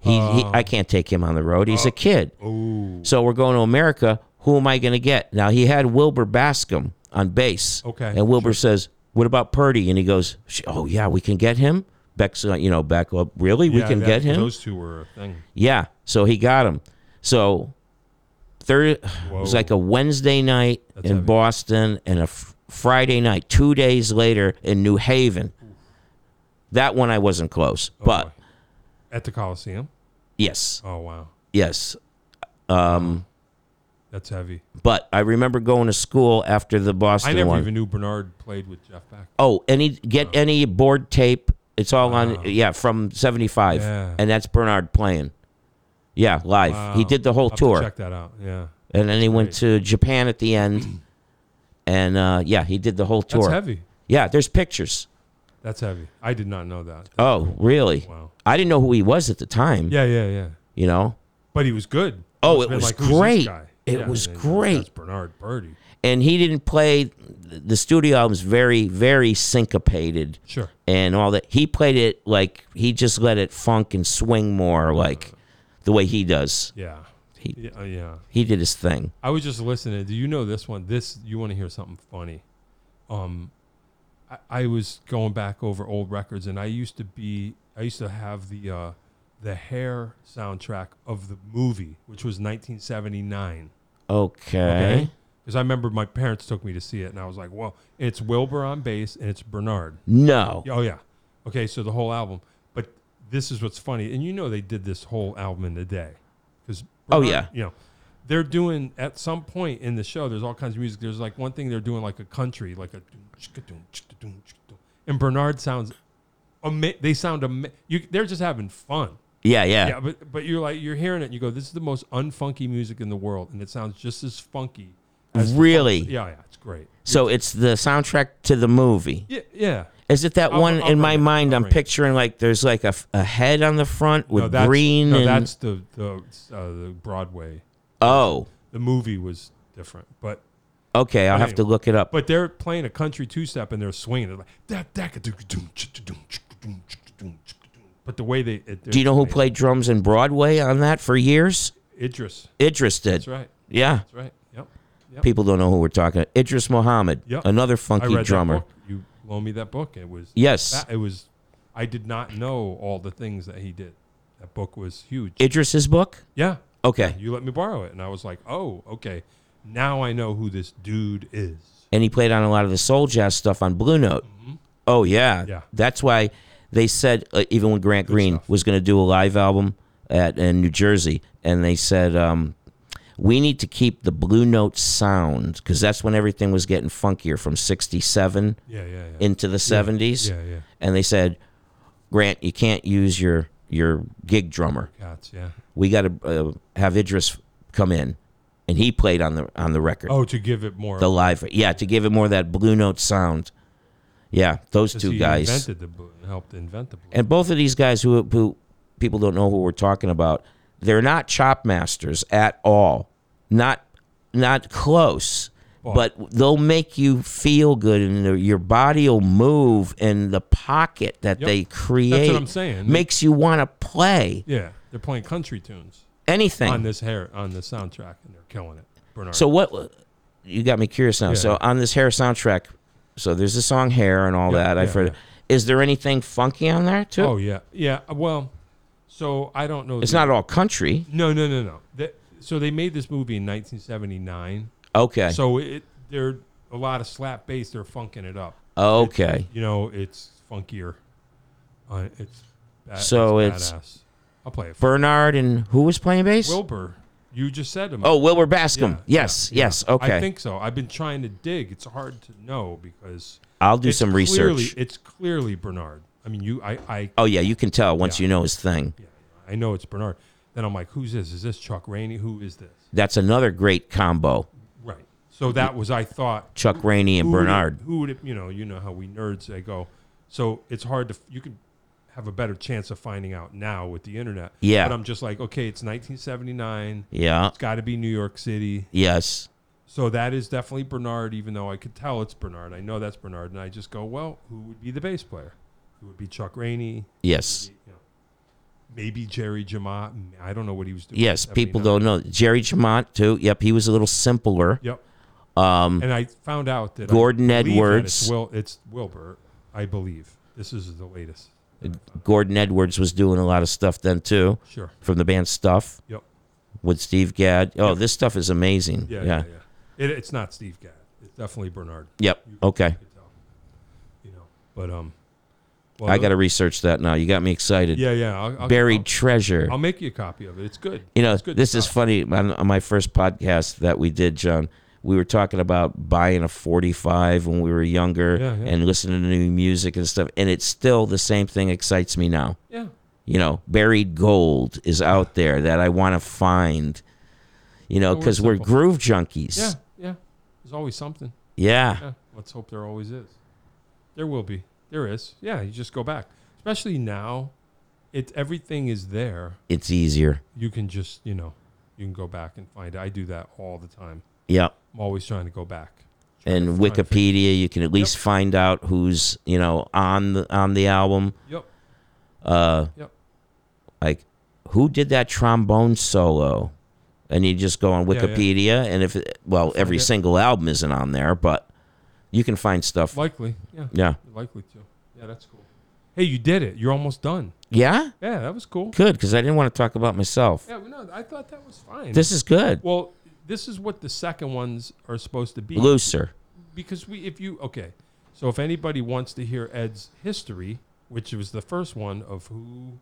[SPEAKER 2] he, he I can't take him on the road. He's a kid.
[SPEAKER 1] Ooh.
[SPEAKER 2] So we're going to America. Who am I going to get? Now, he had Wilbur Bascom on bass.
[SPEAKER 1] Okay,
[SPEAKER 2] And Wilbur says, What about Purdy? And he goes, Oh, yeah, we can get him. Beck's, uh, you know, back up. Really? we
[SPEAKER 1] Yeah,
[SPEAKER 2] can
[SPEAKER 1] that-
[SPEAKER 2] get him?
[SPEAKER 1] Those two were a thing.
[SPEAKER 2] Yeah. So he got him. So third it was
[SPEAKER 1] Whoa.
[SPEAKER 2] like a Wednesday night
[SPEAKER 1] That's
[SPEAKER 2] in
[SPEAKER 1] heavy.
[SPEAKER 2] Boston and a f- Friday night, two days later in New Haven. That one I wasn't close,
[SPEAKER 1] Oh,
[SPEAKER 2] but
[SPEAKER 1] boy. at the Coliseum.
[SPEAKER 2] yes,
[SPEAKER 1] Oh wow.
[SPEAKER 2] yes.
[SPEAKER 1] That's heavy.
[SPEAKER 2] But I remember going to school after the Boston
[SPEAKER 1] I never
[SPEAKER 2] one.
[SPEAKER 1] even knew Bernard played with Jeff Beck.
[SPEAKER 2] oh, any get any board tape? It's all on yeah from '75,
[SPEAKER 1] Yeah.
[SPEAKER 2] and that's Bernard playing. Yeah, live. He
[SPEAKER 1] Wow.
[SPEAKER 2] did the whole
[SPEAKER 1] I'll have to
[SPEAKER 2] tour.
[SPEAKER 1] Check that out. Yeah.
[SPEAKER 2] and then he went to Japan at the end, and uh, yeah, he did the whole
[SPEAKER 1] That's
[SPEAKER 2] tour.
[SPEAKER 1] heavy.
[SPEAKER 2] Yeah, there's pictures.
[SPEAKER 1] That's heavy. I did not know that.
[SPEAKER 2] Oh, really?
[SPEAKER 1] Wow.
[SPEAKER 2] I didn't know who he was at the time.
[SPEAKER 1] Yeah, yeah, yeah.
[SPEAKER 2] You know,
[SPEAKER 1] But he was good.
[SPEAKER 2] Oh,
[SPEAKER 1] Must've
[SPEAKER 2] it
[SPEAKER 1] been
[SPEAKER 2] was
[SPEAKER 1] "Who's this
[SPEAKER 2] great.
[SPEAKER 1] guy?"
[SPEAKER 2] It was
[SPEAKER 1] and
[SPEAKER 2] great.
[SPEAKER 1] That's Bernard Birdie.
[SPEAKER 2] and he didn't play the studio albums very, very syncopated
[SPEAKER 1] Sure.
[SPEAKER 2] and all that. He played it like he just let it funk and swing more, like the way he does.
[SPEAKER 1] Yeah.
[SPEAKER 2] He-
[SPEAKER 1] yeah. uh, yeah.
[SPEAKER 2] He did his thing.
[SPEAKER 1] I was just listening. Do you know this one? This you want to hear something funny? Um, I, I was going back over old records, and I used to be. I used to have the uh, the Hair soundtrack of the movie, which was 1979.
[SPEAKER 2] Okay.
[SPEAKER 1] Because I remember my parents took me to see it, and I was like, "Well, it's Wilbur on bass, and it's Bernard."
[SPEAKER 2] No.
[SPEAKER 1] Yeah, Oh yeah. Okay, so the whole album. But this is what's funny, and you know they did this whole album in a day, because
[SPEAKER 2] Oh, yeah.
[SPEAKER 1] you know they're doing at some point in the show. There's all kinds of music. There's like one thing they're doing like a country, like a doom, chicka, doom, chicka, doom, chicka, doom. and Bernard sounds. Ama- they sound ama- you, they're just having fun.
[SPEAKER 2] Yeah, yeah.
[SPEAKER 1] Yeah, but but you're like you're hearing it and you go, This is the most unfunky music in the world and it sounds just as funky as the
[SPEAKER 2] Really?
[SPEAKER 1] funk- Yeah, yeah, it's great.
[SPEAKER 2] So it's the soundtrack to the movie.
[SPEAKER 1] Yeah, yeah.
[SPEAKER 2] Is it that
[SPEAKER 1] I'll-
[SPEAKER 2] one
[SPEAKER 1] I'll
[SPEAKER 2] in my
[SPEAKER 1] bring it.
[SPEAKER 2] mind?
[SPEAKER 1] I'll
[SPEAKER 2] I'm
[SPEAKER 1] bring it.
[SPEAKER 2] picturing like there's like a, f- a head on the front
[SPEAKER 1] no,
[SPEAKER 2] with
[SPEAKER 1] that's,
[SPEAKER 2] green
[SPEAKER 1] no,
[SPEAKER 2] and
[SPEAKER 1] that's the the uh, the Broadway.
[SPEAKER 2] oh,
[SPEAKER 1] The movie was different, but
[SPEAKER 2] okay. I'll have to
[SPEAKER 1] Anyway.
[SPEAKER 2] look it up.
[SPEAKER 1] but they're playing a country two step and they're swinging. They're like "Dak, dak, a dook, doom, chick, doom, chick, doom, chick, doom, chick, doom." But the way they it,
[SPEAKER 2] Do you know who played drums in Broadway on that for years?
[SPEAKER 1] Idris?
[SPEAKER 2] Idris did.
[SPEAKER 1] That's right.
[SPEAKER 2] Yeah.
[SPEAKER 1] That's right. Yep. Yep.
[SPEAKER 2] People don't know who we're talking. Idris Muhammad,
[SPEAKER 1] Yep.
[SPEAKER 2] another
[SPEAKER 1] I
[SPEAKER 2] funky
[SPEAKER 1] read That
[SPEAKER 2] drummer.
[SPEAKER 1] book. You loaned me that book. It was
[SPEAKER 2] Yes.
[SPEAKER 1] That- it was. I did not know all the things that he did. That book was huge.
[SPEAKER 2] Idris's book.
[SPEAKER 1] yeah.
[SPEAKER 2] Okay.
[SPEAKER 1] You let me borrow it, and I was like, oh, okay. Now I know who this dude is.
[SPEAKER 2] and he played on a lot of the soul jazz stuff on Blue Note. Oh yeah,
[SPEAKER 1] Mm-hmm. Yeah.
[SPEAKER 2] That's why they said uh, even when Grant Green
[SPEAKER 1] stuff.
[SPEAKER 2] was going to do a live album at in New Jersey, and they said um, we need to keep the Blue Note sound because that's when everything was getting funkier from '67
[SPEAKER 1] Yeah, yeah, yeah.
[SPEAKER 2] into the '70s,
[SPEAKER 1] yeah, yeah.
[SPEAKER 2] and they said Grant, you can't use your your gig drummer.
[SPEAKER 1] Cats, yeah.
[SPEAKER 2] We got to uh, have Idris come in, and he played on the on the record
[SPEAKER 1] Oh, to give it more.
[SPEAKER 2] the live yeah to give it more of that blue note sound yeah those
[SPEAKER 1] 'cause
[SPEAKER 2] two
[SPEAKER 1] he
[SPEAKER 2] guys
[SPEAKER 1] invented the blue, helped invent the blue.
[SPEAKER 2] and both of these guys who, who people don't know who we're talking about they're not chop masters at all not not close but they'll make you feel good and their- your body will move and the pocket that
[SPEAKER 1] Yep.
[SPEAKER 2] they create
[SPEAKER 1] I'm saying.
[SPEAKER 2] makes you want to play
[SPEAKER 1] yeah, they're playing country tunes
[SPEAKER 2] anything
[SPEAKER 1] on this hair on the soundtrack, and they're killing it. Bernard.
[SPEAKER 2] So what? You got me curious now.
[SPEAKER 1] Yeah.
[SPEAKER 2] So on this hair soundtrack, so there's the song "Hair" and all
[SPEAKER 1] Yeah,
[SPEAKER 2] that. I've
[SPEAKER 1] yeah,
[SPEAKER 2] heard. Is there anything funky on there too?
[SPEAKER 1] oh yeah, yeah. Well, so I don't know.
[SPEAKER 2] it's
[SPEAKER 1] the-
[SPEAKER 2] not all country.
[SPEAKER 1] No, no, no, no. That, so they made this movie in 1979.
[SPEAKER 2] Okay.
[SPEAKER 1] So it they're a lot of slap bass. They're funking it up.
[SPEAKER 2] okay.
[SPEAKER 1] You know, it's funkier. Uh, it's ba-
[SPEAKER 2] So it's-
[SPEAKER 1] badass. I'll play it. For
[SPEAKER 2] Bernard and who was playing bass?
[SPEAKER 1] Wilbur, you just said him.
[SPEAKER 2] oh, Wilbur Bascom.
[SPEAKER 1] Yeah,
[SPEAKER 2] yes.
[SPEAKER 1] yeah, yeah.
[SPEAKER 2] Yes. Okay.
[SPEAKER 1] I think so. I've been trying to dig. It's hard to know because
[SPEAKER 2] I'll do
[SPEAKER 1] it's
[SPEAKER 2] some
[SPEAKER 1] clearly-
[SPEAKER 2] research.
[SPEAKER 1] It's clearly Bernard. I mean, you, I, I,
[SPEAKER 2] oh yeah, you can tell once
[SPEAKER 1] Yeah.
[SPEAKER 2] you know his thing.
[SPEAKER 1] yeah, I know it's Bernard. Then I'm like, who's this? Is this Chuck Rainey? Who is this?
[SPEAKER 2] That's another great combo:
[SPEAKER 1] Right. So that was I thought
[SPEAKER 2] Chuck Rainey and
[SPEAKER 1] who would it-
[SPEAKER 2] Bernard.
[SPEAKER 1] who would it, you know, you know how we nerds they go. So it's hard to you can have a better chance of finding out now with the internet.
[SPEAKER 2] Yeah.
[SPEAKER 1] But I'm just like, okay, it's 1979.
[SPEAKER 2] yeah.
[SPEAKER 1] It's got to be New York City.
[SPEAKER 2] Yes.
[SPEAKER 1] So that is definitely Bernard, even though I could tell it's Bernard. I know that's Bernard, and I just go, well, who would be the bass player? It would be Chuck Rainey.
[SPEAKER 2] Yes.
[SPEAKER 1] You know, maybe Jerry Jamot. I uh, don't know what he was doing. in
[SPEAKER 2] Yes. People
[SPEAKER 1] 79.
[SPEAKER 2] don't know Jerry Chamont too. Yep. He was a little simpler.
[SPEAKER 1] Yep. Um, and I found out that I
[SPEAKER 2] Gordon
[SPEAKER 1] believe that
[SPEAKER 2] Edwards.
[SPEAKER 1] It's, Wil- it's Wilbur, I believe. This is the latest.
[SPEAKER 2] Gordon Edwards was doing a lot of stuff then too,
[SPEAKER 1] Sure.
[SPEAKER 2] from the band Stuff
[SPEAKER 1] Yep.
[SPEAKER 2] with Steve Gadd. Oh, this stuff is amazing.
[SPEAKER 1] Yeah. Yeah. yeah, It, it's not Steve Gadd. It's definitely Bernard.
[SPEAKER 2] Yep.
[SPEAKER 1] You can-
[SPEAKER 2] Okay.
[SPEAKER 1] You, can tell. You know. But um. Well,
[SPEAKER 2] I got to research that now. You got me excited.
[SPEAKER 1] Yeah, yeah. I'll, I'll,
[SPEAKER 2] Buried
[SPEAKER 1] I'll,
[SPEAKER 2] treasure.
[SPEAKER 1] I'll make you a copy of it. It's good.
[SPEAKER 2] you know,
[SPEAKER 1] it's good
[SPEAKER 2] this is
[SPEAKER 1] stuff.
[SPEAKER 2] funny. On, on my first podcast that we did, John, we were talking about buying a 45 when we were younger
[SPEAKER 1] Yeah, yeah.
[SPEAKER 2] and listening to new music and stuff. And it's still the same thing excites me now.
[SPEAKER 1] Yeah.
[SPEAKER 2] you know, buried gold is out there that I want to find. You know,
[SPEAKER 1] Well, we're
[SPEAKER 2] because we're
[SPEAKER 1] Oh, simple.
[SPEAKER 2] groove junkies.
[SPEAKER 1] Yeah. Yeah. There's always something.
[SPEAKER 2] Yeah.
[SPEAKER 1] Yeah, let's hope there always is. There will be. There is. Yeah, you just go back. Especially now, it's everything is there.
[SPEAKER 2] It's easier.
[SPEAKER 1] You can just, you know, you can go back and find it. I do that all the time.
[SPEAKER 2] Yeah.
[SPEAKER 1] I'm always trying to go back. Trying
[SPEAKER 2] And
[SPEAKER 1] to find-
[SPEAKER 2] Wikipedia, you can at least find out who's you know on the on the album.
[SPEAKER 1] Yep.
[SPEAKER 2] Uh,
[SPEAKER 1] Yep.
[SPEAKER 2] like who did that trombone solo? And you just go on
[SPEAKER 1] Yeah, yeah.
[SPEAKER 2] Wikipedia, and if it- well, every
[SPEAKER 1] it.
[SPEAKER 2] single album isn't on there, but you can find stuff.
[SPEAKER 1] Likely. Yeah.
[SPEAKER 2] Yeah.
[SPEAKER 1] Likely to. Yeah, that's cool. hey, you did it. You're almost done.
[SPEAKER 2] Yeah,
[SPEAKER 1] Yeah, that was cool.
[SPEAKER 2] good because I didn't want to talk about myself.
[SPEAKER 1] Yeah, no, I thought that was fine.
[SPEAKER 2] This is good.
[SPEAKER 1] well, this is what the second ones are supposed to be.
[SPEAKER 2] Looser.
[SPEAKER 1] because we if you okay so if anybody wants to hear ed's history which was the first one of who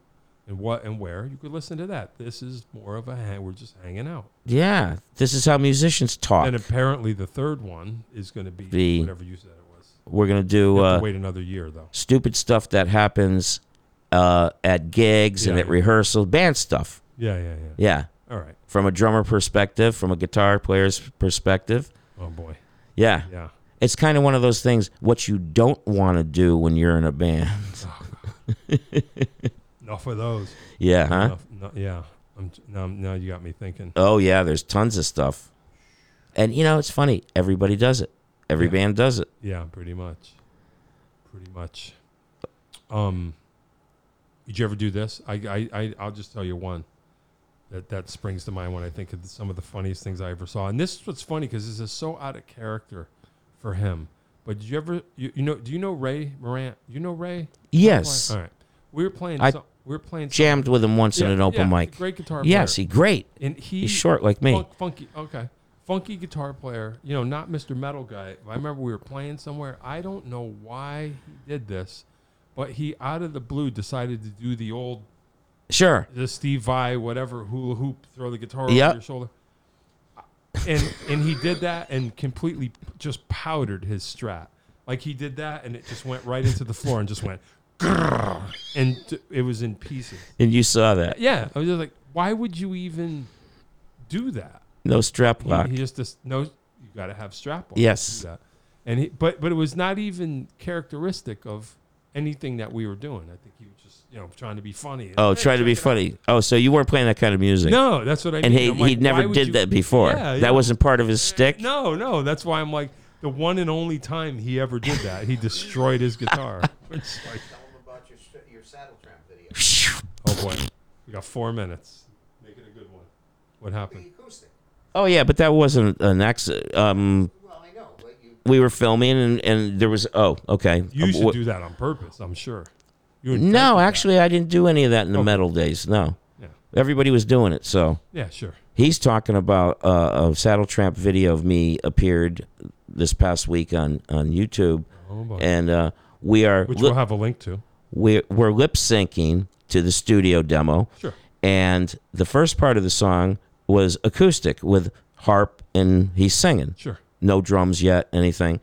[SPEAKER 1] and what and where you could listen to that this is more of a hang we're just hanging out
[SPEAKER 2] Yeah, this is how musicians talk.
[SPEAKER 1] and apparently the third one is going to be
[SPEAKER 2] The-
[SPEAKER 1] whatever you said it was
[SPEAKER 2] We're gonna do
[SPEAKER 1] We'll have
[SPEAKER 2] uh,
[SPEAKER 1] to wait another year though
[SPEAKER 2] stupid stuff that happens uh, at gigs and
[SPEAKER 1] Yeah.
[SPEAKER 2] at rehearsals, band stuff.
[SPEAKER 1] yeah yeah yeah,
[SPEAKER 2] Yeah,
[SPEAKER 1] all right
[SPEAKER 2] from a drummer perspective, from a guitar player's perspective.
[SPEAKER 1] oh boy
[SPEAKER 2] Yeah,
[SPEAKER 1] yeah
[SPEAKER 2] it's kind of one of those things. What you don't want to do when you're in a band.
[SPEAKER 1] enough of those
[SPEAKER 2] yeah, huh?
[SPEAKER 1] enough, no- yeah I'm, now, now you got me thinking
[SPEAKER 2] Oh yeah, there's tons of stuff. And you know, it's funny. Everybody does it. Every
[SPEAKER 1] Yeah.
[SPEAKER 2] band does it.
[SPEAKER 1] yeah pretty much pretty much um did you ever do this i i, I i'll just tell you one that that springs to mind when i think of some of the funniest things i ever saw and this is what's funny because this is so out of character for him but did you ever you, you know do you know ray morant you know ray
[SPEAKER 2] Yes.
[SPEAKER 1] all right we were playing
[SPEAKER 2] I
[SPEAKER 1] some, we were playing some-
[SPEAKER 2] Jammed with him once in
[SPEAKER 1] Yeah,
[SPEAKER 2] an open
[SPEAKER 1] yeah,
[SPEAKER 2] mic.
[SPEAKER 1] great guitar player.
[SPEAKER 2] Yes, he great.
[SPEAKER 1] and he
[SPEAKER 2] He's short like me.
[SPEAKER 1] Funk, funky, okay. Funky guitar player, you know, not Mr. Metal guy. I remember we were playing somewhere. I don't know why he did this, but he out of the blue decided to do the old
[SPEAKER 2] Sure.
[SPEAKER 1] the Steve Vai whatever hula hoop, throw the guitar
[SPEAKER 2] Yep.
[SPEAKER 1] over your shoulder. And and he did that and completely just powdered his strat. Like he did that and it just went right into the floor and just went grrr, and t- it was in pieces.
[SPEAKER 2] And you saw that.
[SPEAKER 1] Yeah, I was just like, why would you even do that?
[SPEAKER 2] No strap
[SPEAKER 1] He-
[SPEAKER 2] lock.
[SPEAKER 1] He, just just knows you got to have strap on.
[SPEAKER 2] Yes.
[SPEAKER 1] to do that. And he, but but it was not even characteristic of anything that we were doing. I think he was just you know trying to be funny.
[SPEAKER 2] Oh,
[SPEAKER 1] Hey,
[SPEAKER 2] try to
[SPEAKER 1] check
[SPEAKER 2] be
[SPEAKER 1] it out.
[SPEAKER 2] funny. Oh, so you weren't playing that kind of music.
[SPEAKER 1] No, that's what I.
[SPEAKER 2] And
[SPEAKER 1] mean.
[SPEAKER 2] he
[SPEAKER 1] I'm like,
[SPEAKER 2] he never
[SPEAKER 1] why would
[SPEAKER 2] did
[SPEAKER 1] you-
[SPEAKER 2] that before.
[SPEAKER 1] Yeah, yeah.
[SPEAKER 2] That wasn't part of his stick.
[SPEAKER 1] No, no, that's why I'm like the one and only time he ever did that. He destroyed his guitar. It's like,
[SPEAKER 3] Tell them about your, stra- your saddle tramp video.
[SPEAKER 1] oh boy, we got four minutes. Make it a good one. What
[SPEAKER 3] The
[SPEAKER 1] happened?
[SPEAKER 3] acoustic.
[SPEAKER 2] Oh yeah, but that wasn't an accident. Um,
[SPEAKER 3] Well, I know, but you
[SPEAKER 2] we were filming and, and there was oh okay.
[SPEAKER 1] You
[SPEAKER 2] Um,
[SPEAKER 1] used to
[SPEAKER 2] wha-
[SPEAKER 1] do that on purpose, I'm sure. You invented
[SPEAKER 2] no,
[SPEAKER 1] that.
[SPEAKER 2] actually, I didn't do any of that in the
[SPEAKER 1] Okay.
[SPEAKER 2] metal days. No,
[SPEAKER 1] Yeah.
[SPEAKER 2] everybody was doing it. So
[SPEAKER 1] Yeah, sure.
[SPEAKER 2] he's talking about uh, a saddle tramp video of me appeared this past week on on YouTube,
[SPEAKER 1] Oh boy.
[SPEAKER 2] and uh, we are
[SPEAKER 1] Which
[SPEAKER 2] li-
[SPEAKER 1] we'll have a link to.
[SPEAKER 2] we're, we're lip syncing to the studio demo.
[SPEAKER 1] Sure.
[SPEAKER 2] and the first part of the song was acoustic with harp and he's singing
[SPEAKER 1] Sure.
[SPEAKER 2] no drums yet anything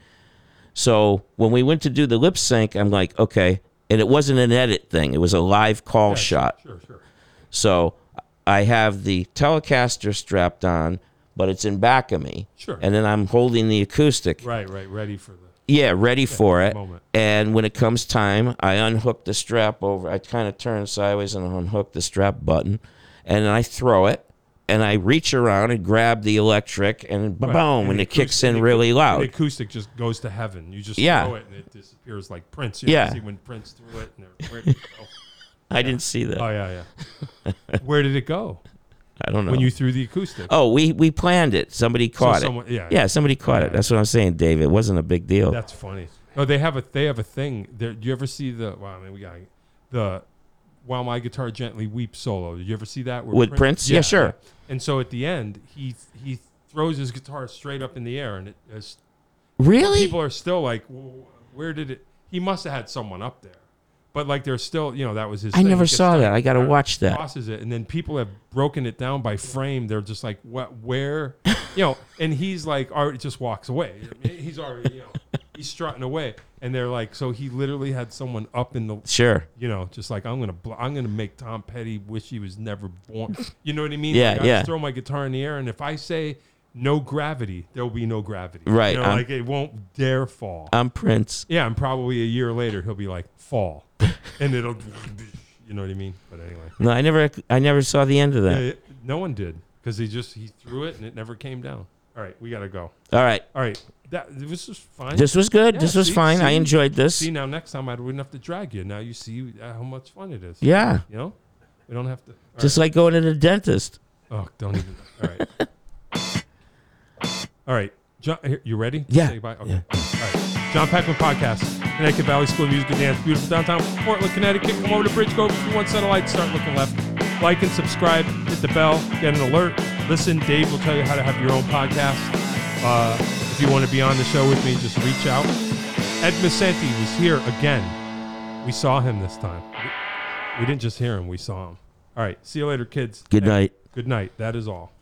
[SPEAKER 2] so when we went to do the lip sync i'm like okay and it wasn't an edit thing it was a live call shot
[SPEAKER 1] Sure, sure.
[SPEAKER 2] so i have the telecaster strapped on but it's in back of me
[SPEAKER 1] Sure.
[SPEAKER 2] and then i'm holding the acoustic
[SPEAKER 1] Right, right. Ready for the
[SPEAKER 2] yeah, ready for it.
[SPEAKER 1] moment.
[SPEAKER 2] And when it comes time, I unhook the strap over. I kind of turn sideways and unhook the strap button, and then I throw it. And I reach around and grab the electric, and boom, and,
[SPEAKER 1] the
[SPEAKER 2] it kicks
[SPEAKER 1] acoustic-
[SPEAKER 2] in really
[SPEAKER 1] The
[SPEAKER 2] loud.
[SPEAKER 1] acoustic just goes to heaven. You just
[SPEAKER 2] Yeah.
[SPEAKER 1] throw it and it disappears like Prince. You know,
[SPEAKER 2] Yeah.
[SPEAKER 1] See when Prince threw it and they're- where did it go?
[SPEAKER 2] I didn't see that.
[SPEAKER 1] Oh yeah, yeah. Where did it go
[SPEAKER 2] I don't know.
[SPEAKER 1] when you threw the acoustic?
[SPEAKER 2] oh, we we planned it. Somebody caught
[SPEAKER 1] someone-
[SPEAKER 2] it.
[SPEAKER 1] yeah.
[SPEAKER 2] somebody caught it.
[SPEAKER 1] Yeah.
[SPEAKER 2] That's what I'm saying, Dave. It wasn't a big deal.
[SPEAKER 1] That's funny. No, they have a they have a thing. There, do you ever see the? Wow, I mean, we got the. While my guitar gently weeps solo. Did you ever see that? where
[SPEAKER 2] With Prince? Yeah, sure.
[SPEAKER 1] And so at the end, he he throws his guitar straight up in the air, and it is
[SPEAKER 2] really?
[SPEAKER 1] people are still like, "Wh- where did it? He must have had someone up there, but like there's still, you know, that was his.
[SPEAKER 2] I
[SPEAKER 1] thing.
[SPEAKER 2] never
[SPEAKER 1] He gets
[SPEAKER 2] saw
[SPEAKER 1] like-
[SPEAKER 2] that. I got to watch that.
[SPEAKER 1] Crosses it, and then people have broken it down by frame. They're just like, what, where, you know? And he's like, already just walks away. He's already, you know, he's strutting away, and they're like, so he literally had someone up in the.
[SPEAKER 2] Sure.
[SPEAKER 1] You know, just like I'm gonna, bl- I'm gonna make Tom Petty wish he was never born. You know what I mean?
[SPEAKER 2] Yeah,
[SPEAKER 1] Like, I
[SPEAKER 2] yeah.
[SPEAKER 1] just throw my guitar in the air, and if I say no gravity, there will be no gravity.
[SPEAKER 2] Right, um, uh,
[SPEAKER 1] You know,
[SPEAKER 2] I'm-
[SPEAKER 1] like it won't dare fall.
[SPEAKER 2] I'm Prince.
[SPEAKER 1] Yeah, and probably a year later he'll be like fall, and it'll, you know what I mean. But anyway,
[SPEAKER 2] No, I never. I never saw the end of that.
[SPEAKER 1] Yeah, yeah, no one did because he just he threw it and it never came down. All right, we gotta go.
[SPEAKER 2] All right.
[SPEAKER 1] All right, that this is fine.
[SPEAKER 2] This was good.
[SPEAKER 1] Yeah,
[SPEAKER 2] this was
[SPEAKER 1] see-
[SPEAKER 2] fine. I
[SPEAKER 1] see-
[SPEAKER 2] enjoyed this.
[SPEAKER 1] see now next time I wouldn't have to drag you. Now you see uh, how much fun it is.
[SPEAKER 2] yeah.
[SPEAKER 1] you know, we don't have to. all right.
[SPEAKER 2] Just like going to the dentist.
[SPEAKER 1] oh, don't even. All right. all right, John, here, you ready?
[SPEAKER 2] Yeah,
[SPEAKER 1] Say goodbye? Okay. All right. John Packman Podcast, Connecticut Valley School of Music and Dance, beautiful downtown Portland, Connecticut. Come over to Bridge Go if you want satellite, start looking left. Like and subscribe, hit the bell, get an alert, listen. Dave will tell you how to have your own podcast. Uh, if you want to be on the show with me, just reach out. Ed Vicente was here again. We saw him this time. We- We didn't just hear him, we saw him. All right, see you later, kids.
[SPEAKER 2] Good
[SPEAKER 1] And
[SPEAKER 2] night.
[SPEAKER 1] Good night. That is all.